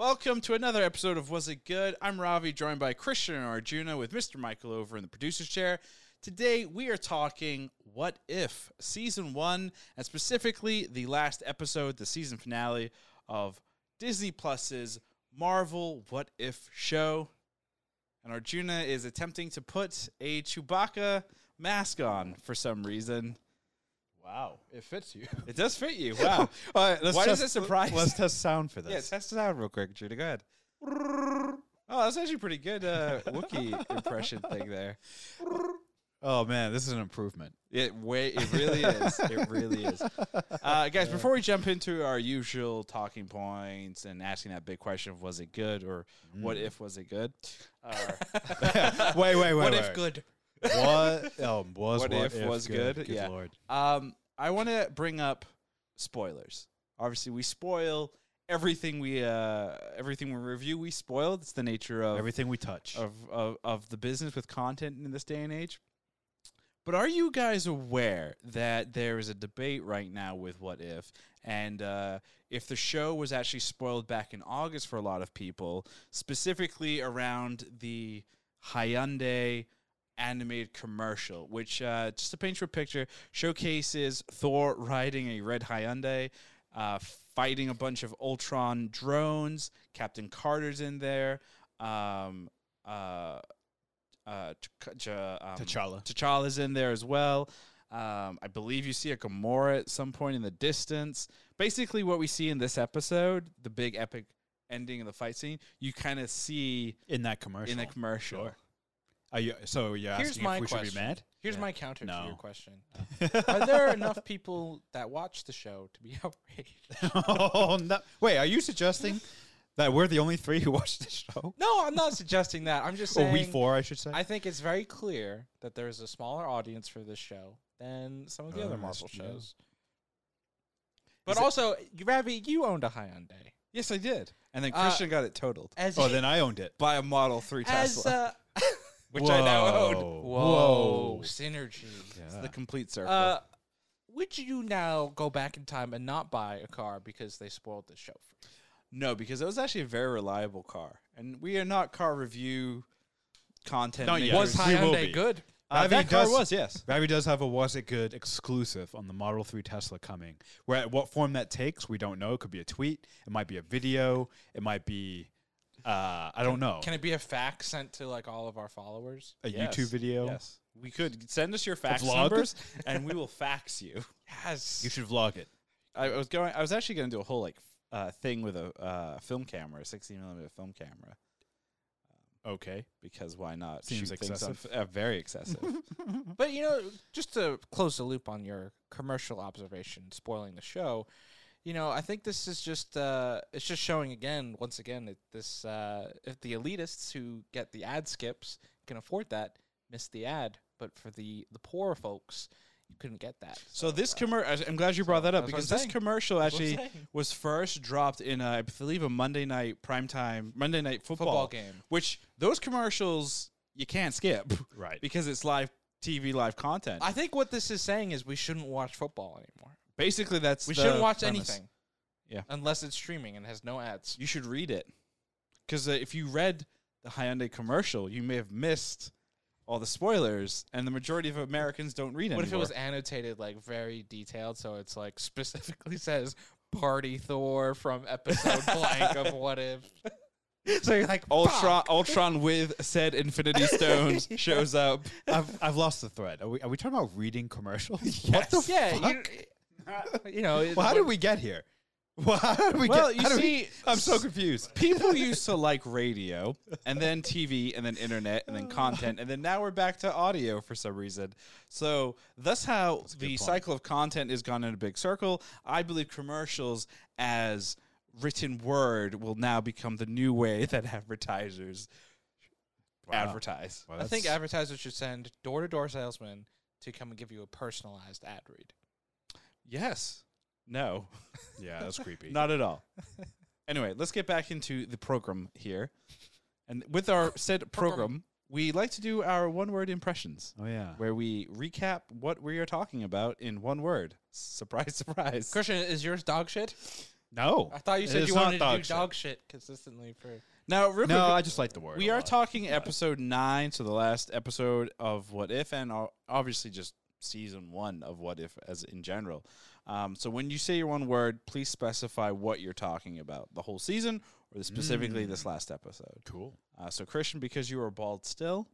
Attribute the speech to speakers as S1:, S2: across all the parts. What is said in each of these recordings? S1: Welcome to another episode of Was It Good? I'm Ravi, joined by Christian and Arjuna with Mr. Michael over in the producer's chair. Today we are talking What If, Season 1, and specifically the last episode, the season finale of Disney Plus's Marvel What If show. And Arjuna is attempting to put a Chewbacca mask on for some reason.
S2: Wow, it fits you.
S1: It does fit you. Wow.
S3: All right, let's
S1: Why does
S3: test,
S1: it surprise-
S3: Let's test sound for this.
S1: Yeah, test it out real quick, Judy. Go ahead. Oh, that's actually pretty good uh, Wookiee impression thing there.
S3: Oh man, this is an improvement.
S1: It way, it really is. It really is. Uh, guys, before we jump into our usual talking points and asking that big question of was it good or what if was it good? Mm. Uh,
S3: wait, wait, wait.
S2: What
S3: wait.
S2: if good?
S3: What um, was
S1: what, if, was good?
S3: Good
S1: yeah.
S3: lord.
S1: Um, I want to bring up spoilers. Obviously, we spoil everything we uh, everything we review. We spoil. It's the nature of
S3: Everything we touch.
S1: of, of of the business with content in this day and age. But are you guys aware that there is a debate right now with what if and uh, if the show was actually spoiled back in August for a lot of people, specifically around the Hyundai animated commercial, which uh, just to paint you a picture showcases Thor riding a red Hyundai, uh, fighting a bunch of Ultron drones. Captain Carter's in there. Um, uh, uh, T'Ch- Ch- um,
S3: T'Challa.
S1: T'Challa's in there as well. Um, I believe you see a Gamora at some point in the distance. Basically, what we see in this episode, the big epic ending of the fight scene, you kind of see
S3: in that commercial.
S1: in the commercial.
S3: Sure. Are you, so you're
S2: Here's
S3: asking
S2: my
S3: if we should be
S2: question.
S3: mad?
S2: Here's my counter
S3: No.
S2: to your question. Are there enough people that watch the show to be outraged?
S3: oh no! Wait, are you suggesting that we're the only three who watch this show?
S2: No, I'm not suggesting that. I'm just
S3: or
S2: saying
S3: we four, I should say.
S2: I think it's very clear that there is a smaller audience for this show than some of the
S3: Oh,
S2: other
S3: that's-
S2: Marvel
S3: yeah.
S2: shows. But
S1: Is it-
S2: also, you Ravi, you owned a Hyundai.
S1: Yes, I did. And then
S2: Uh,
S1: Christian got it totaled
S2: As
S3: oh, then I owned it.
S1: by a Model 3
S2: as
S1: Tesla,
S2: uh,
S1: which I now own.
S3: Whoa.
S2: whoa,
S3: Whoa.
S2: synergy.
S1: It's the complete circle.
S2: Uh, would you now go back in time and not buy a car because they spoiled the show? For you?
S1: no, because it was actually a very reliable car. And we are not car review content.
S3: Not yet.
S1: makers.
S3: Was We will be.
S2: good?
S1: Uh,
S3: Ravi
S1: that car
S3: does-
S1: was, yes.
S3: Ravi does have a was it good exclusive on the Model 3 Tesla coming. Where at what form that takes, we don't know. It could be a tweet, it might be a video, it might be uh, I don't know.
S2: Can it be a fax sent to like all of our followers?
S3: a
S1: Yes.
S3: YouTube video.
S1: Yes. We could send us your fax
S3: vlog?
S1: numbers and we will fax you.
S2: Yes.
S3: You should vlog it.
S1: I was going. I was actually going to do a whole like f- uh, thing with a uh, film camera, a sixteen millimeter film camera,
S3: Okay.
S1: because why not?
S3: Seems
S1: things on
S3: excessive.
S1: f- uh, very excessive.
S2: But you know, just to close the loop on your commercial observation, spoiling the show. You know, I think this is just uh, it's just showing again, once again, that this uh, if the elitists who get the ad skips can afford that, miss the ad. But for the the poorer folks, you couldn't get that.
S1: so this commercial, I'm glad you brought that up
S2: That's what
S1: because
S2: I'm
S1: this
S2: saying.
S1: commercial
S2: what I'm
S1: actually
S2: saying.
S1: was first dropped in, a, I believe, a Monday night primetime Monday night football,
S2: Football game.
S1: Which those commercials you can't skip,
S3: Right.
S1: Because it's live TV, live content.
S2: I think what this is saying is we shouldn't watch football anymore.
S1: Basically, that's
S2: We
S1: the
S2: shouldn't watch
S1: premise.
S2: anything.
S1: Yeah.
S2: Unless it's streaming and has no ads.
S1: You should read it because uh, if you read the Hyundai commercial, you may have missed all the spoilers, and the majority of Americans don't read
S2: What if it
S1: anymore.
S2: was annotated like very detailed so it's like specifically says party Thor from episode blank of what if? So you're like
S1: Ultron, Ultron with said Infinity Stones shows up.
S3: I've, I've lost the thread. Are we, are we talking about reading commercials?
S2: What
S3: What the
S2: yeah,
S3: fuck?
S2: You, you know,
S3: well, how did we get here? Well, how did we
S1: Well,
S3: get
S1: you
S3: how did we-
S1: see-
S3: I'm so confused.
S1: People used to like radio, and then TV, and then internet, and then content, and then now we're back to audio for some reason. So that's how the cycle of content has gone in a big circle. I believe commercials as written word will now become the new way that advertisers advertise.
S3: Wow,
S2: I think
S3: that's-
S2: advertisers should send door to door salesmen to come and give you a personalized ad read.
S1: Yes. No.
S3: yeah, that's creepy.
S1: Not at all. anyway, let's get back into the program here. And with our said program, we like to do our one word impressions,
S3: oh yeah.
S1: where we recap what we are talking about in one word. Surprise, surprise.
S2: Christian, is yours dog shit?
S3: No,
S2: I thought you said
S3: it's
S2: you
S3: not
S2: wanted to
S3: dog
S2: do
S3: shit.
S2: dog shit consistently for.
S1: Now, real
S3: No,
S1: quick,
S3: I just like the word.
S1: we
S3: a
S1: are
S3: lot.
S1: talking episode nine, so the last episode of What If, and o- obviously just season one of What If as in general. Um, so when you say your one word, please specify what you're talking about the whole season or specifically
S3: Mm.
S1: this last episode.
S3: Cool.
S1: Uh, so, Christian, because you are bald still,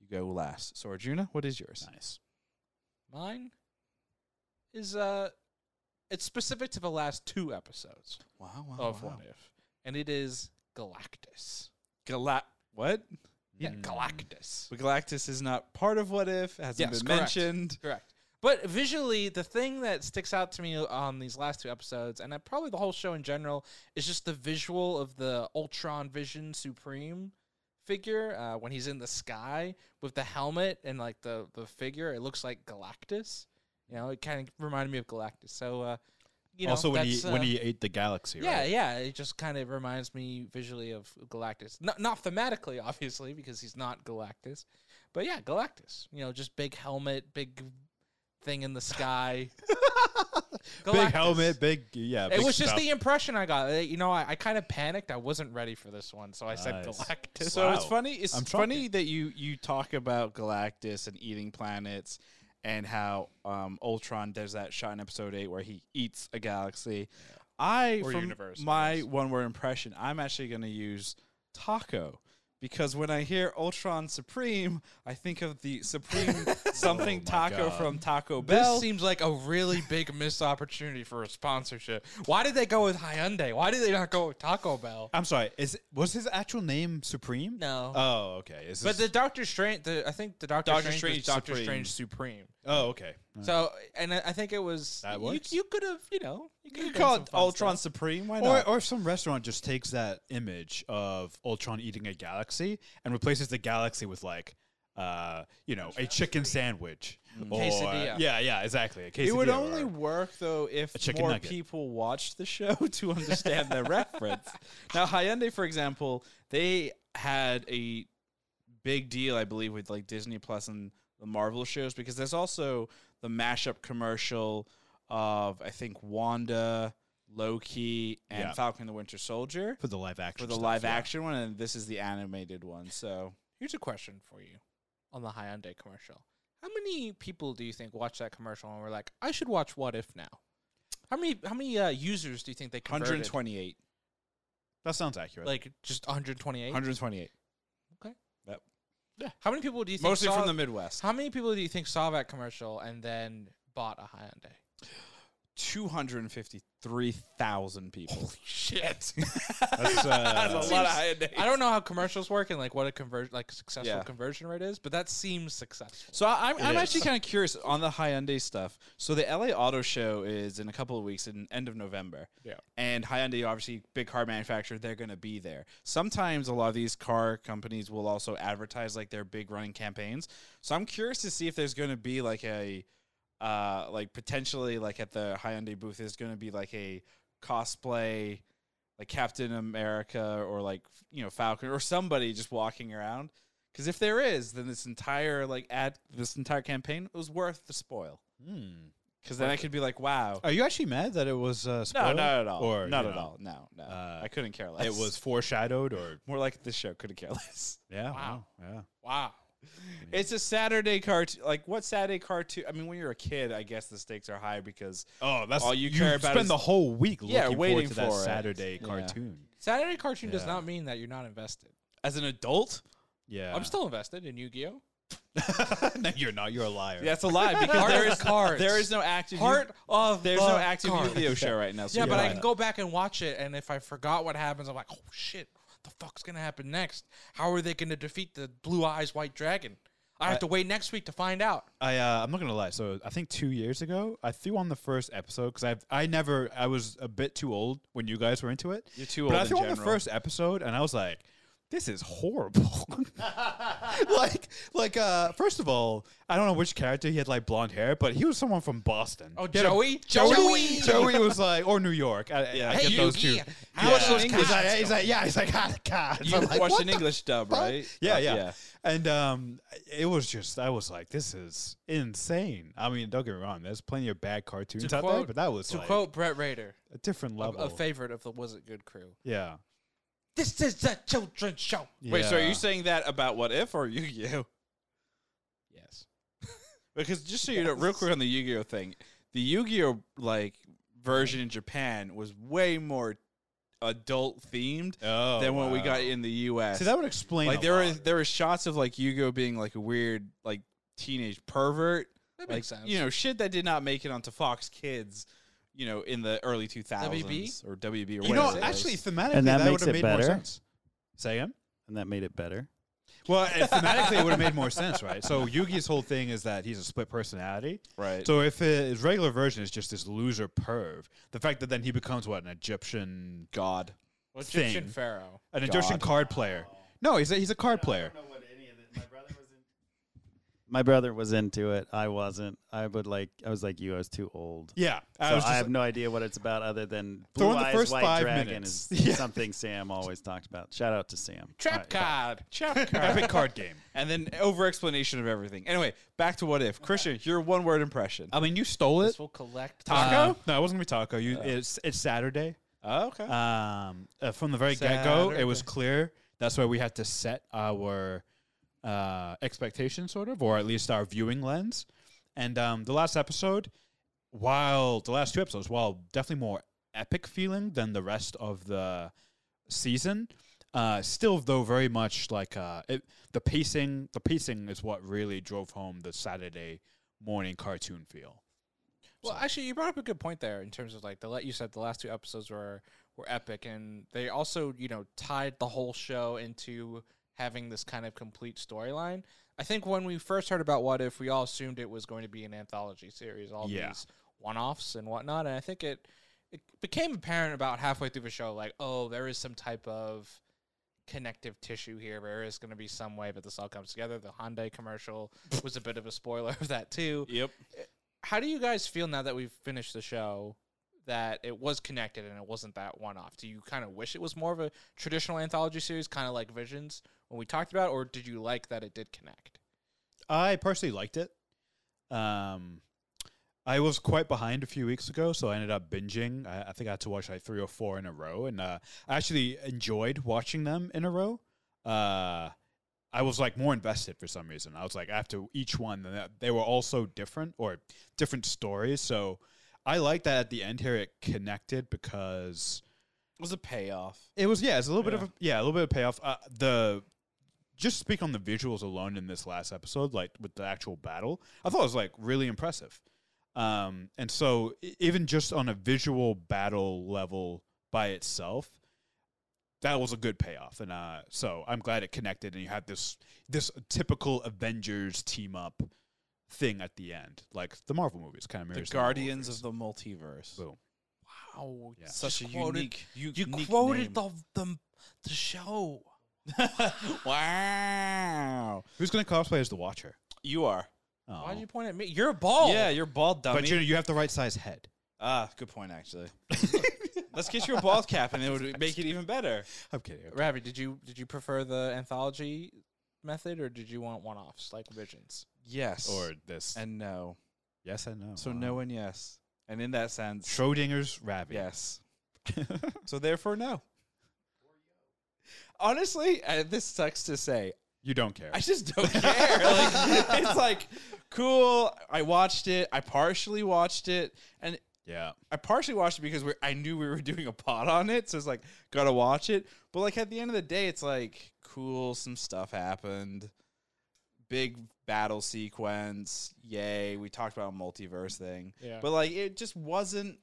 S1: you go last. So, Arjuna, what is yours?
S3: Nice.
S2: Mine is uh, it's specific to the last two episodes
S1: Wow, wow.
S2: of What If, and it is Galactus.
S1: Gala- what?
S2: Yeah,
S3: Mm.
S2: Galactus.
S1: But Galactus is not part of What If, hasn't
S2: Yes,
S1: been
S2: correct.
S1: mentioned.
S2: Correct. But visually, the thing that sticks out to me on these last two episodes, and uh, probably the whole show in general, is just the visual of the Ultron Vision Supreme figure uh, when he's in the sky with the helmet and like the the figure. It looks like Galactus. You know, it kind of reminded me of Galactus. So, uh, you know,
S3: also, when he
S2: that's, uh,
S3: when he ate the galaxy,
S2: yeah,
S3: right?
S2: yeah. It just kind of reminds me visually of Galactus. Not, not thematically, obviously, because he's not Galactus. But yeah, Galactus. You know, just big helmet, big thing in the sky.
S3: big
S2: Galactus.
S3: helmet, big yeah.
S2: It
S3: big
S2: was just
S3: stuff.
S2: the impression I got. Uh, You know, I, I kind of panicked. I wasn't ready for this one, so I
S3: Nice.
S2: said Galactus.
S1: So it's
S3: Wow.
S1: funny. It's
S3: I'm
S1: funny that you you talk about Galactus and eating planets, and how um, Ultron does that shot in Episode Eight where he eats a galaxy. I
S2: Or
S1: from
S2: universe, I
S1: my
S2: guess.
S1: one word impression, I'm actually going to use taco because when I hear Ultron Supreme, I think of the Supreme something
S3: Oh my
S1: taco
S3: God.
S1: from Taco Bell.
S2: This seems like a really big missed opportunity for a sponsorship. Why did they go with Hyundai? Why did they not go with Taco Bell?
S3: I'm sorry. Is was his actual name Supreme?
S2: No.
S3: Oh, okay. Is
S2: But
S3: this-
S2: the Doctor Strange, the, I think the Doctor,
S1: Doctor
S2: Strange, was
S1: Strange
S2: Doctor
S1: Supreme.
S2: Strange Supreme.
S3: oh, okay.
S2: So, and I I think it was
S3: That
S2: you,
S3: works.
S2: you could have, you know, you could
S1: you
S2: have
S1: call it Ultron Supreme. Why
S3: Or,
S1: not?
S3: or if some restaurant just takes that image of Ultron eating a galaxy and replaces the galaxy with like, uh, you know, a chicken sandwich.
S1: Mm.
S3: Or,
S2: Quesadilla.
S3: Yeah, yeah, exactly. A quesadilla
S1: It would only
S3: or-
S1: work though if
S3: chicken
S1: more
S3: nugget.
S1: people watched the show to understand the reference. Now Hyundai, for example, they had a big deal, I believe, with like Disney Plus and the Marvel shows because there's also the mashup commercial of I think Wanda, Loki, and
S3: Yeah.
S1: Falcon and the Winter Soldier
S3: for the live action.
S1: for the
S3: stuff,
S1: live
S3: yeah.
S1: action one, and this is the animated one. So
S2: Here's a question for you on the Hyundai commercial. How many people do you think watched that commercial and were like, "I should watch What If now"? How many how many uh, users do you think they converted?
S1: 128,
S3: That sounds accurate.
S2: like just 128.
S1: 128,
S2: How many people do you think
S1: mostly
S2: saw,
S1: from the Midwest.
S2: How many people do you think saw that commercial and then bought a Hyundai?
S1: 253,000 people.
S2: Shit.
S3: That's, uh,
S1: That's
S2: a lot of
S1: Hyundai.
S2: I don't know how commercials work and like what a conversion like successful
S1: Yeah.
S2: conversion rate is, but that seems successful.
S1: So I- I'm, I'm
S3: is.
S1: actually kind of curious on the Hyundai stuff. So the LA Auto Show is in a couple of weeks, in end of November.
S2: Yeah.
S1: And Hyundai, obviously, big car manufacturer, they're going to be there. Sometimes a lot of these car companies will also advertise like their big running campaigns. So I'm curious to see if there's going to be like a, uh, like potentially like at the Hyundai booth, there's going to be like a cosplay, like Captain America or like you know Falcon or somebody just walking around. Because if there is, then this entire like ad, this entire campaign was worth the spoil.
S3: Hmm.
S1: Because then I could be like, wow.
S3: Are you actually mad that it was uh,
S1: No,
S3: spoiled?
S1: not at all.
S3: Or,
S1: not
S3: you
S1: at
S3: know,
S1: all. No, no.
S3: uh,
S1: I couldn't care less.
S3: It was foreshadowed, or
S1: more like this show couldn't care less.
S3: yeah,
S2: Wow.
S3: yeah.
S2: Wow.
S1: It's a Saturday cartoon. Like what Saturday cartoon? I mean, when you're a kid, I guess the stakes are high because
S3: Oh, that's
S1: All you care about
S3: Spend
S1: is-
S3: the whole week
S1: Yeah,
S3: looking
S1: waiting
S3: forward to that
S1: for it.
S3: Saturday
S1: Yeah.
S3: cartoon.
S2: Saturday cartoon does
S3: Yeah.
S2: not mean that you're not invested.
S1: as an adult,
S3: Yeah,
S2: I'm still invested in Yu-Gi-Oh.
S3: no, you're not. You're a liar.
S1: that's a lie because
S2: Heart
S1: there
S2: of
S1: is
S2: cards.
S1: There is no active
S2: Heart of
S1: There's
S2: the
S1: no active
S2: cards.
S1: Yu-Gi-Oh show right now. So
S2: Yeah,
S1: you're
S2: but I
S1: right.
S2: can go back and watch it, and if I forgot what happens, I'm like, oh shit, what the fuck's gonna happen next? How are they gonna defeat the blue eyes white dragon? I have to wait next week to find out.
S3: I uh, I'm not gonna lie. So I think two years ago, I threw on the first episode because I I never I was a bit too old when you guys were into it.
S1: You're too
S3: But
S1: old
S3: I
S1: in
S3: threw on the
S1: general.
S3: first episode and I was like, this is horrible. like, like, uh, first of all, I don't know which character he had like blonde hair, but he was someone from Boston.
S2: Oh,
S3: He had a-
S2: Joey?
S3: Joey,
S2: Joey!
S3: Joey was like, or New York. I, yeah, I
S2: Hey,
S3: get
S2: you,
S3: those two.
S2: yeah. How much
S1: Yeah.
S2: those
S1: English
S3: He's
S2: cops-
S3: like, he's like, yeah, he's like, ah, God.
S1: You
S3: I'm like,
S1: watched
S3: what
S1: an
S3: the
S1: English dub,
S3: fuck?
S1: right?
S3: Yeah,
S1: Uh,
S3: yeah, And um, it was just, I was like, this is insane. I mean, don't get me wrong, there's plenty of bad cartoons out there,
S2: quote-
S3: but that was
S2: To
S3: like
S2: quote Brett Rader,
S3: a different
S2: a,
S3: level.
S2: a favorite of the Was It Good crew.
S3: yeah.
S2: This is a children's show.
S1: Wait, so are
S3: Yeah.
S1: you saying that about what if or Yu Gi Oh?
S2: Yes.
S1: Because just so you know, real quick on the Yu Gi Oh thing, the Yu Gi Oh like version in Japan was way more adult themed
S3: Oh,
S1: than what we got
S3: wow.
S1: in the U.S.
S3: See, that would explain.
S1: like
S3: a
S1: there were
S3: lot.
S1: there were shots of like Yu Gi Oh being like a weird like teenage pervert,
S2: That
S1: like
S2: makes sense.
S1: you know shit that did not make it onto Fox Kids, you know, in the early 2000s or WB or
S3: You know,
S1: whatever it
S3: actually,
S1: was.
S3: thematically,
S4: And that
S3: that, would
S4: makes
S3: have
S4: it
S3: made more
S4: better?
S3: sense. Say again?
S4: and that made it better.
S3: Well, uh, thematically, it would have made more sense, right? So Yugi's whole thing is that he's a split personality.
S1: right.
S3: So if his regular version is just this loser perv, the fact that then he becomes what an Egyptian,
S1: God.
S2: Well, Egyptian
S3: thing.
S2: pharaoh.
S3: an Egyptian card player. No, he's a, he's a card player.
S4: know what any of it. My brother was in. My brother was into it. I wasn't. I would like. I was like you. I was too old.
S3: Yeah, I
S4: So I,
S3: was just
S4: have
S3: like-
S4: no idea what it's about other than
S3: Throw
S4: Blue
S3: in the
S4: Eyes
S3: first
S4: White
S3: five
S4: Dragon
S3: minutes.
S4: is
S3: Yeah.
S4: something Sam always talked about. Shout out to Sam.
S2: Trap card. Trap
S3: epic card game.
S1: And then over explanation of everything. Anyway, back to what if. Christian, your one word impression.
S3: I mean, you stole it. Uh,
S2: This will collect.
S3: Taco? no, it wasn't gonna be taco. You, it's it's Saturday.
S1: Oh, okay.
S3: Um, uh, from the very get go, it was
S2: Saturday.
S3: clear. That's why we had to set our uh, expectations, sort of, or at least our viewing lens. And um, the last episode, while the last two episodes, while definitely more epic feeling than the rest of the season, uh, still though very much like uh, it, the pacing. The pacing is what really drove home the Saturday morning cartoon feel.
S2: Well, actually, you brought up a good point there in terms of like the let you said the last two episodes were were epic, and they also you know tied the whole show into having this kind of complete storyline. I think when we first heard about What If, we all assumed it was going to be an anthology series, all
S3: Yeah.
S2: these one offs and whatnot, and I think it it became apparent about halfway through the show, like oh, there is some type of connective tissue here. There is going to be some way that this all comes together. The Hyundai commercial was a bit of a spoiler of that too
S1: yep.
S2: how do you guys feel now that we've finished the show that it was connected and it wasn't that one off? Do you kind of wish it was more of a traditional anthology series, kind of like Visions when we talked about, it, or did you like that it did connect?
S3: I personally liked it. Um, I was quite behind a few weeks ago, so I ended up binging. I, I think I had to watch like three or four in a row, and uh, I actually enjoyed watching them in a row. Uh, I was like more invested for some reason. I was like after each one, and that- they were all so different or different stories. So I like that at the end here it connected because
S1: It was a payoff.
S3: it was yeah, it's a little bit
S1: Yeah.
S3: of a, yeah, a little bit of payoff. Uh, the just speak on the visuals alone in this last episode, like with the actual battle, I thought it was like really impressive. Um, and so e- even just on a visual battle level by itself, that was a good payoff. And uh, so I'm glad it connected, and you had this this typical Avengers team up thing at the end, like the Marvel movies, kind of
S1: The
S3: mirrors Marvel
S1: Guardians
S3: movies.
S1: of the Multiverse.
S3: Boom.
S2: Wow,
S3: Yeah.
S1: Such a unique, unique name.
S2: the the show.
S1: wow.
S3: Who's gonna cosplay as the Watcher?
S1: You are.
S3: Oh.
S2: Why did you point at me? You're a ball.
S1: Yeah, you're bald dummy.
S3: but you you have the right size head.
S1: Oh. ah, good point, actually. Let's get you a bald cap and it would make it even better.
S3: I'm kidding.
S2: Ravi, did you did you prefer the anthology method or did you want one offs like Visions?
S1: Yes. Uh.
S3: Or this.
S1: and no.
S3: yes and no.
S1: So no and yes. And in that sense,
S3: Schrodinger's rabbit.
S1: yes. so therefore, no. Honestly, uh, this sucks to say.
S3: you don't care.
S1: I just don't care. like, it's like, cool. I watched it. I partially watched it, and
S3: yeah.
S1: I partially watched it because we I knew we were doing a pod on it, so it's like gotta watch it. But like at the end of the day, it's like cool. Some stuff happened. Big battle sequence. Yay! We talked about a multiverse thing,
S2: Yeah.
S1: but like it just wasn't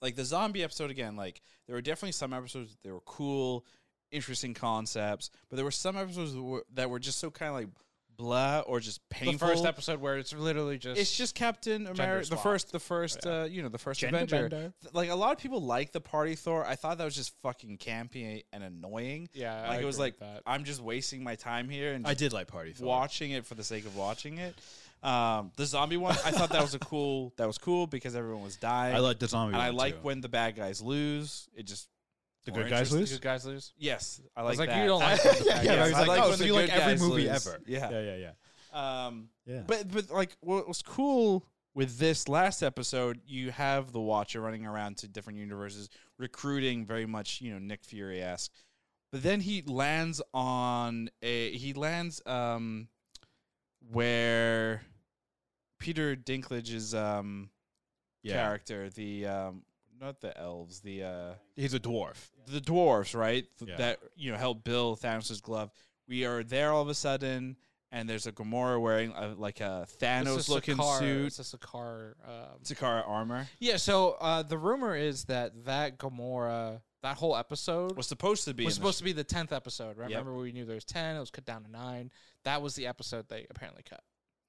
S1: like the zombie episode again. Like there were definitely some episodes that were cool, interesting concepts, but there were some episodes that were, that were just so kind of like blah or just painful.
S2: the first episode where it's literally just
S1: It's just Captain America, the
S2: swapped.
S1: first, the first,
S2: Yeah.
S1: uh, you know, the first
S3: Gender
S1: Avenger.
S3: bender.
S1: Th- Like a lot of people like the party Thor. I thought that was just fucking campy and annoying.
S2: yeah. I
S1: like it was
S2: agree
S1: like
S2: with that.
S1: I'm just wasting my time here and
S3: I
S1: just
S3: did like Party Thor.
S1: watching it for the sake of watching it. Um, the zombie one, I thought that was a cool. That was cool because everyone was dying.
S3: I like the zombie.
S1: and I
S3: one,
S1: like
S3: too.
S1: when the bad guys lose. It just
S3: the
S1: more
S3: good guys
S1: interesting.
S2: Did
S3: lose.
S2: you guys lose.
S1: Yes, I
S2: was
S1: like,
S2: like,
S1: that.
S2: you don't like
S1: yeah,
S2: when the bad
S1: yeah,
S2: guys-
S1: I was
S2: I
S1: like,
S2: like
S1: oh,
S2: when
S1: so
S2: the
S1: you like
S3: good
S1: every
S3: guys
S1: movie
S3: lose.
S1: ever?
S3: Yeah, yeah, yeah.
S1: Um,
S3: Yeah.
S1: But but like what was cool with this last episode, you have the Watcher running around to different universes, recruiting very much you know Nick Fury esque. But then he lands on a he lands um where Peter Dinklage's um
S3: Yeah.
S1: character the um not the elves the uh
S3: He's a dwarf.
S1: the dwarves, right? Th-
S3: Yeah.
S1: That you know helped Bill Thanos' glove. We are there all of a sudden, and there's a Gamora wearing a, like a
S2: It's a
S1: Thanos-looking
S2: Sakaar-
S1: suit,
S2: It's a Sakaar, um,
S1: Takara armor.
S2: yeah. So uh, the rumor is that that Gamora, that whole episode
S1: Was supposed to be.
S2: was
S1: in
S2: supposed
S1: the
S2: to be the tenth episode. Right?
S1: Yep.
S2: Remember, we knew there was ten. It was cut down to nine. That was the episode they apparently cut.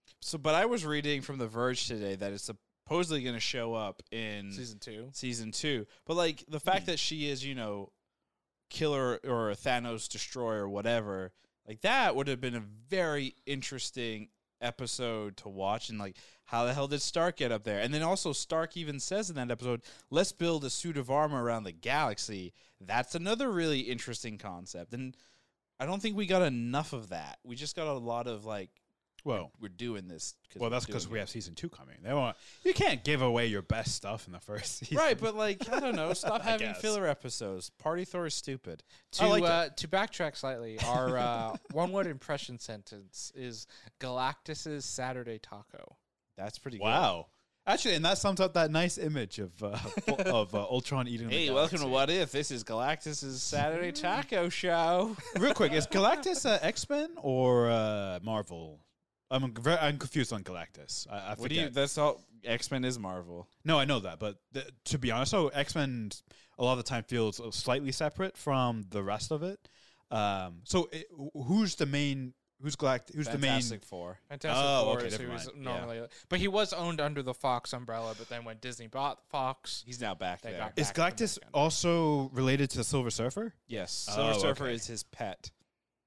S1: sh- so, but I was reading from The Verge today that it's supposedly going to show up in season.
S2: Season two.
S1: two. But like the fact
S3: Hmm.
S1: that she is, you know, killer or a Thanos destroyer, whatever. Like that would have been a very interesting episode to watch and like how the hell did Stark get up there? And then also Stark even says in that episode, let's build a suit of armor around the galaxy. That's another really interesting concept. And I don't think we got enough of that. We just got a lot of like
S3: Well,
S1: we're doing this. Cause
S3: well,
S1: we're
S3: that's because
S1: doing
S3: we
S1: it.
S3: have season two coming. They want you can't give away your best stuff in the first season.
S1: Right, but like I don't know, stop
S3: I
S1: having
S3: guess.
S1: filler episodes. Party Thor is stupid.
S2: To
S3: liked it.
S2: uh, to backtrack slightly, our uh, one word impression sentence is Galactus's Saturday Taco.
S1: That's pretty
S3: Wow. Actually, and that sums up that nice image of uh, of uh, Ultron eating.
S1: good.
S3: the
S1: Hey, welcome to
S3: galaxy.
S1: What If. This is Galactus' Saturday Taco Show.
S3: Real quick, is Galactus uh, X Men or uh, Marvel? I'm very, I'm confused on Galactus. I, I
S1: What do you
S3: forget.
S1: that's all X Men is Marvel.
S3: no, I know that, but th- to be honest, so X Men a lot of the time feels slightly separate from the rest of it. Um, so it, wh- who's the main? Who's Galact? Who's the main?
S1: Fantastic Four.
S2: Fantastic
S3: Oh,
S2: Four
S3: okay,
S2: is
S3: never
S2: who he's
S3: mind. Yeah.
S2: normally, but he was owned under the Fox umbrella. But then when Disney bought Fox,
S1: He's now back
S2: They
S1: there.
S2: got-
S3: Is
S2: Back to
S3: Galactus
S2: America.
S3: also related to the Silver Surfer?
S1: Yes.
S3: Oh,
S1: Silver Surfer
S3: okay.
S1: is his pet.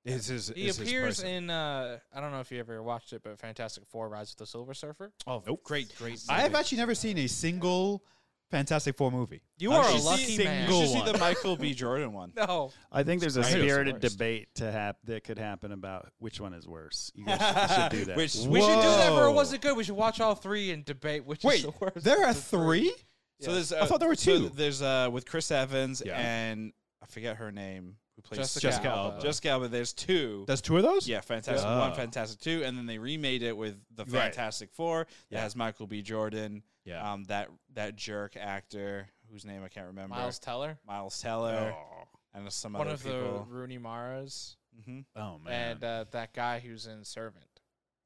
S3: Is his,
S2: he
S3: is his
S2: appears
S3: person.
S2: in uh, I don't know if you ever watched it, but Fantastic Four: Rise of the Silver Surfer.
S3: Oh, nope.
S1: Great, great.
S3: I have actually never seen a single Fantastic Four movie.
S2: You
S3: I've
S2: are a
S3: seen
S2: lucky man.
S1: You
S3: single
S1: should see the
S3: one.
S1: Michael B. Jordan one.
S2: No,
S4: I think there's a
S3: Kratos is
S4: spirited
S3: worse.
S4: debate to hap- that could happen about which one is worse. You guys should, should do that.
S1: Which
S2: we should do that for
S3: Whoa.
S2: was it good? We should watch all three and debate which is
S3: Wait,
S2: the worst.
S3: there are three.
S1: so there's uh,
S3: I thought there were
S1: so
S3: two.
S1: there's uh with Chris Evans
S3: Yeah.
S1: and I forget her name who plays
S2: Jessica,
S3: Jessica
S2: Alba.
S3: Alba.
S1: Jessica Alba. There's two.
S3: There's two of those.
S1: Yeah, Fantastic
S3: Yeah.
S1: One,
S3: Oh.
S1: Fantastic Two, and then they remade it with the
S3: Right.
S1: Fantastic Four that
S3: Yeah.
S1: has Michael B. Jordan,
S3: Yeah.
S1: um, that that jerk actor whose name I can't remember,
S2: Miles Teller,
S1: Miles Teller,
S3: Oh.
S2: Oh.
S1: and some
S2: one
S1: other
S2: of
S1: people.
S2: the Rooney Maras,
S1: hmm
S3: Oh man.
S2: and uh, that guy who's in Servant.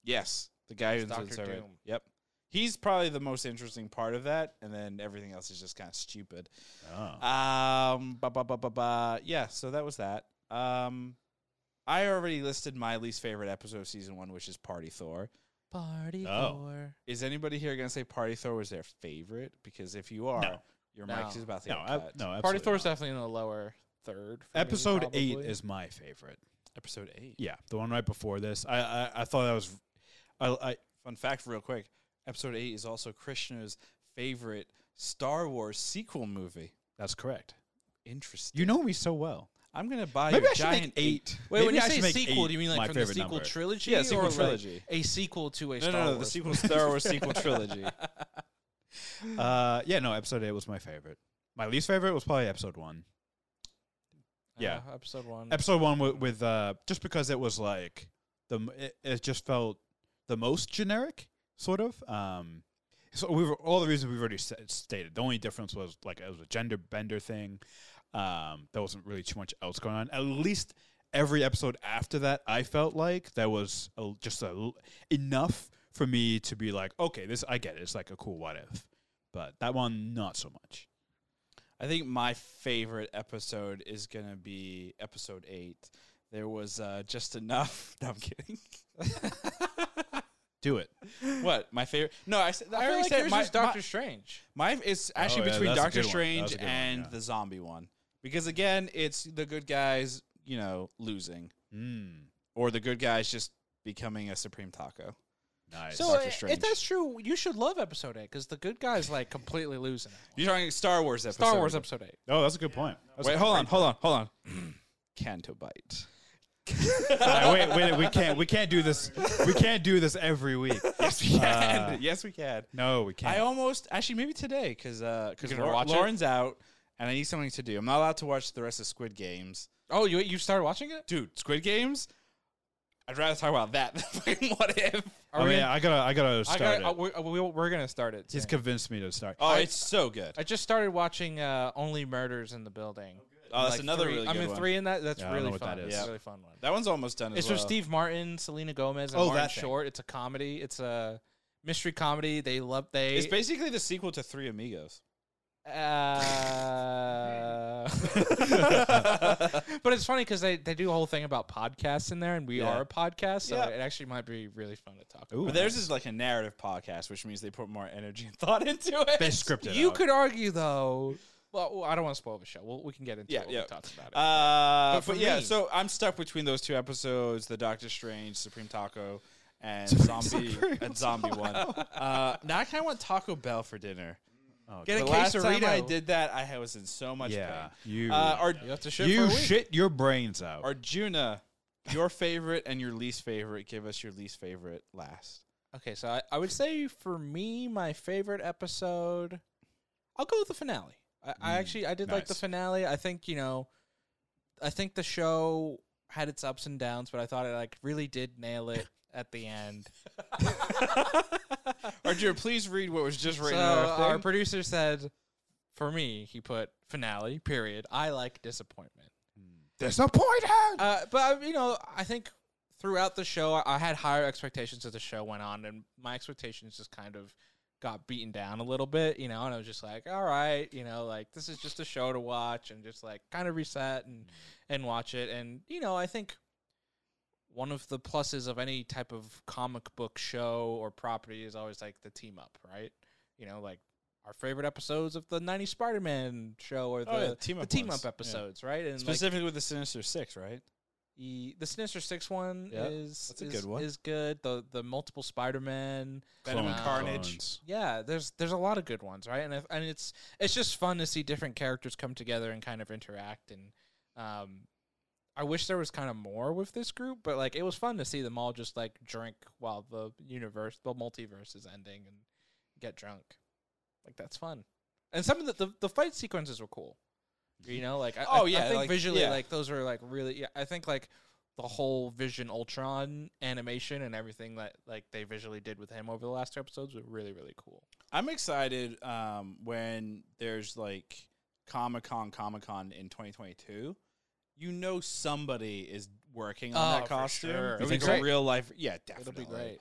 S1: Yes, the guy
S2: It's
S1: who's in
S2: Dr.
S1: Servant.
S2: Doom.
S1: Yep, he's probably the most interesting part of that, and then everything else is just kind of stupid.
S3: Oh.
S1: Um, ba ba ba ba ba. Yeah, so that was that. Um, I already listed my least favorite episode of season one, which is Party Thor.
S2: Party
S3: Oh.
S2: Thor.
S1: Is anybody here gonna say Party Thor was their favorite? Because if you are,
S3: No.
S1: your
S2: No.
S1: mic is about to
S3: no,
S1: get
S3: I,
S1: cut.
S3: no.
S2: Party
S3: absolutely
S2: Thor's
S3: not.
S2: definitely in the lower third. for me,
S3: Episode eight
S2: probably.
S3: is my favorite.
S1: Episode eight.
S3: Yeah, the one right before this. I I, I thought that was. I, I
S1: Fun fact, real quick. Episode eight is also Krishna's favorite Star Wars sequel movie.
S3: that's correct.
S1: Interesting.
S3: You know me so well.
S1: I'm gonna buy
S3: Maybe
S1: your
S3: I should make
S1: giant
S3: eight.
S2: Wait,
S3: Maybe
S2: when you
S3: I
S2: say
S3: should make
S2: sequel,
S3: eight
S2: do you mean
S3: my
S2: like from the
S3: favorite
S2: sequel
S3: number.
S2: trilogy?
S1: Yeah, sequel
S2: or like,
S1: trilogy.
S2: a sequel to a
S1: no,
S2: Star
S1: no, no, the
S2: Wars
S1: sequel Star Wars sequel trilogy.
S3: Uh, yeah, no. Episode eight was my favorite. My least favorite was probably episode one. yeah.
S2: Uh, episode one.
S3: episode one with, with uh just because it was like the m- it, it just felt the most generic sort of um so we were all the reasons we've already sa- stated the only difference was like it was a gender bender thing um there wasn't really too much else going on at least every episode after that i felt like there was a, l- just a, l- enough for me to be like okay this i get it it's like a cool what if but that one not so much
S1: I think my favorite episode is gonna be episode eight. There was uh, just enough. No, I'm kidding.
S3: Do it.
S1: what my favorite? No, I said. I,
S2: I feel
S1: already
S2: like
S1: said
S2: yours
S1: my,
S2: is Doctor Strange.
S1: My, my it's actually
S3: yeah,
S1: between
S3: that's a
S1: Doctor
S3: good one. That's
S1: Strange
S3: a good one,
S1: and
S3: yeah.
S1: the zombie one because again, it's the good guys, you know, losing
S3: Mm,
S1: or the good guys just becoming a supreme taco.
S3: nice.
S2: So
S1: Doctor
S2: i-
S1: Strange.
S2: if that's true, you should love Episode Eight because the good guys like completely losing. it.
S1: You're talking Star Wars episode.
S2: Star Wars Episode Eight.
S3: oh, that's a good point. That's a
S1: Wait,
S3: good
S1: hold on,
S3: point.
S1: hold on, hold on. Canto bite.
S3: Uh, wait, wait, we can't. We can't do this. We can't do this every week.
S1: Yes, we can.
S3: Uh,
S1: yes, we can.
S3: No, we can't. Oh,
S1: I almost actually maybe today because because
S2: gonna watch it?
S1: Lauren's out and I need something to do. I'm not allowed to watch the rest of Squid Games,
S2: Oh, you you started watching it?
S1: dude. Squid Games. I'd rather talk about that than fucking what if.
S2: Are
S3: oh
S2: we
S3: yeah,
S2: gonna-
S3: I gotta. I gotta
S2: I
S3: start
S2: got.
S3: it.
S2: uh, we're, uh, we, we're gonna start it.
S3: He's
S2: soon.
S3: convinced me to start.
S1: Oh,
S2: I-
S1: it's so good.
S2: I just started watching uh, Only Murders in the Building.
S1: Oh, that's
S2: Like
S1: another
S2: three-
S1: really
S2: I'm
S1: good
S2: in
S1: one.
S2: three in that. That's
S3: Yeah, I don't
S2: really
S3: know what
S2: fun.
S3: that
S2: It's
S1: is.
S2: a really fun one.
S1: That one's almost done. As
S2: It's
S1: well.
S2: with Steve Martin, Selena Gomez, and
S3: Oh,
S2: Martin
S3: that thing.
S2: Short. It's a comedy. It's a mystery comedy. They love they.
S1: It's basically the sequel to Three Amigos.
S2: uh, but it's funny because they, they do a whole thing about podcasts in there, and we
S1: Yeah.
S2: are a podcast, so
S1: Yeah.
S2: it actually might be really fun to talk.
S3: Ooh.
S2: about.
S1: But theirs is like a narrative podcast, which means they put more energy and thought into it.
S3: They scripted.
S2: You
S3: out.
S2: could argue though. Well, well, I don't want to spoil the show. We'll, we can get into
S1: Yeah,
S2: it.
S1: yeah.
S2: When we talk about it.
S1: Uh, but,
S2: But for
S1: yeah,
S2: me-
S1: so I'm stuck between those two episodes: the Doctor Strange, Supreme Taco, and zombie, and zombie one. Uh, now I kind of want Taco Bell for dinner.
S3: Oh,
S2: Get a
S1: the last time I
S2: quesarito.
S1: did that, I ha- was in so much
S3: yeah,
S1: pain.
S3: you.
S1: Uh, Ar-
S2: you have to shit
S3: you
S2: for a week.
S3: shit your brains out.
S1: Arjuna, your favorite and your least favorite. Give us your least favorite last.
S2: Okay, so I, I would say for me, my favorite episode, I'll go with the finale. I, I
S3: Mm,
S2: actually I did like the
S3: nice.
S2: finale. I think you know, I think the show had its ups and downs, but I thought it like really did nail it at the end.
S1: Arjuna, please read what was just
S2: so
S1: written. on our
S2: our
S1: thing.
S2: producer said, for me, he put finale period. I like disappointment.
S3: Disappointed.
S2: Uh, but I- you know, I think throughout the show, I, I had higher expectations as the show went on, and my expectations just kind of got beaten down a little bit, you know. And I was just like, all right, you know, like this is just a show to watch, and just like kind of reset and
S1: Mm-hmm.
S2: and watch it. And you know, I think one of the pluses of any type of comic book show or property is always like the team up, right? You know, like our favorite episodes of the 90s Spider-Man show or the,
S1: Oh, yeah,
S2: team,
S1: team
S2: up the
S1: up
S2: team
S1: ones.
S2: up
S1: Yeah.
S2: episodes, right? And like,
S1: specifically with the Sinister Six, right?
S2: E- the Sinister Six one
S1: Yeah,
S2: is
S1: that's a
S2: is-
S1: good one.
S2: Is good. The the multiple Spider Man.
S1: Venom and
S2: Clone
S1: Carnage.
S3: Clones.
S2: Yeah, there's there's a lot of good ones, right? And if, and it's it's just fun to see different characters come together and kind of interact. And um, I wish there was kind of more with this group, but like it was fun to see them all just like drink while the universe, the multiverse is ending, and get drunk. Like that's fun. And some of the the, the fight sequences were cool. You know, like I, I-
S1: Oh,
S2: I
S1: yeah,
S2: think
S1: like-
S2: visually,
S1: yeah.
S2: like those are like really. Yeah, I think like the whole Vision Ultron animation and everything that like they visually did with him over the last two episodes was really really cool.
S1: I'm excited um, when there's like Comic Con, Comic Con in 2022. You know somebody is working on
S2: Oh,
S1: that
S2: for
S1: costume.
S2: sure.
S1: If
S2: It'll be
S1: it's
S2: great.
S1: a real life. Yeah, definitely.
S2: It'll be great.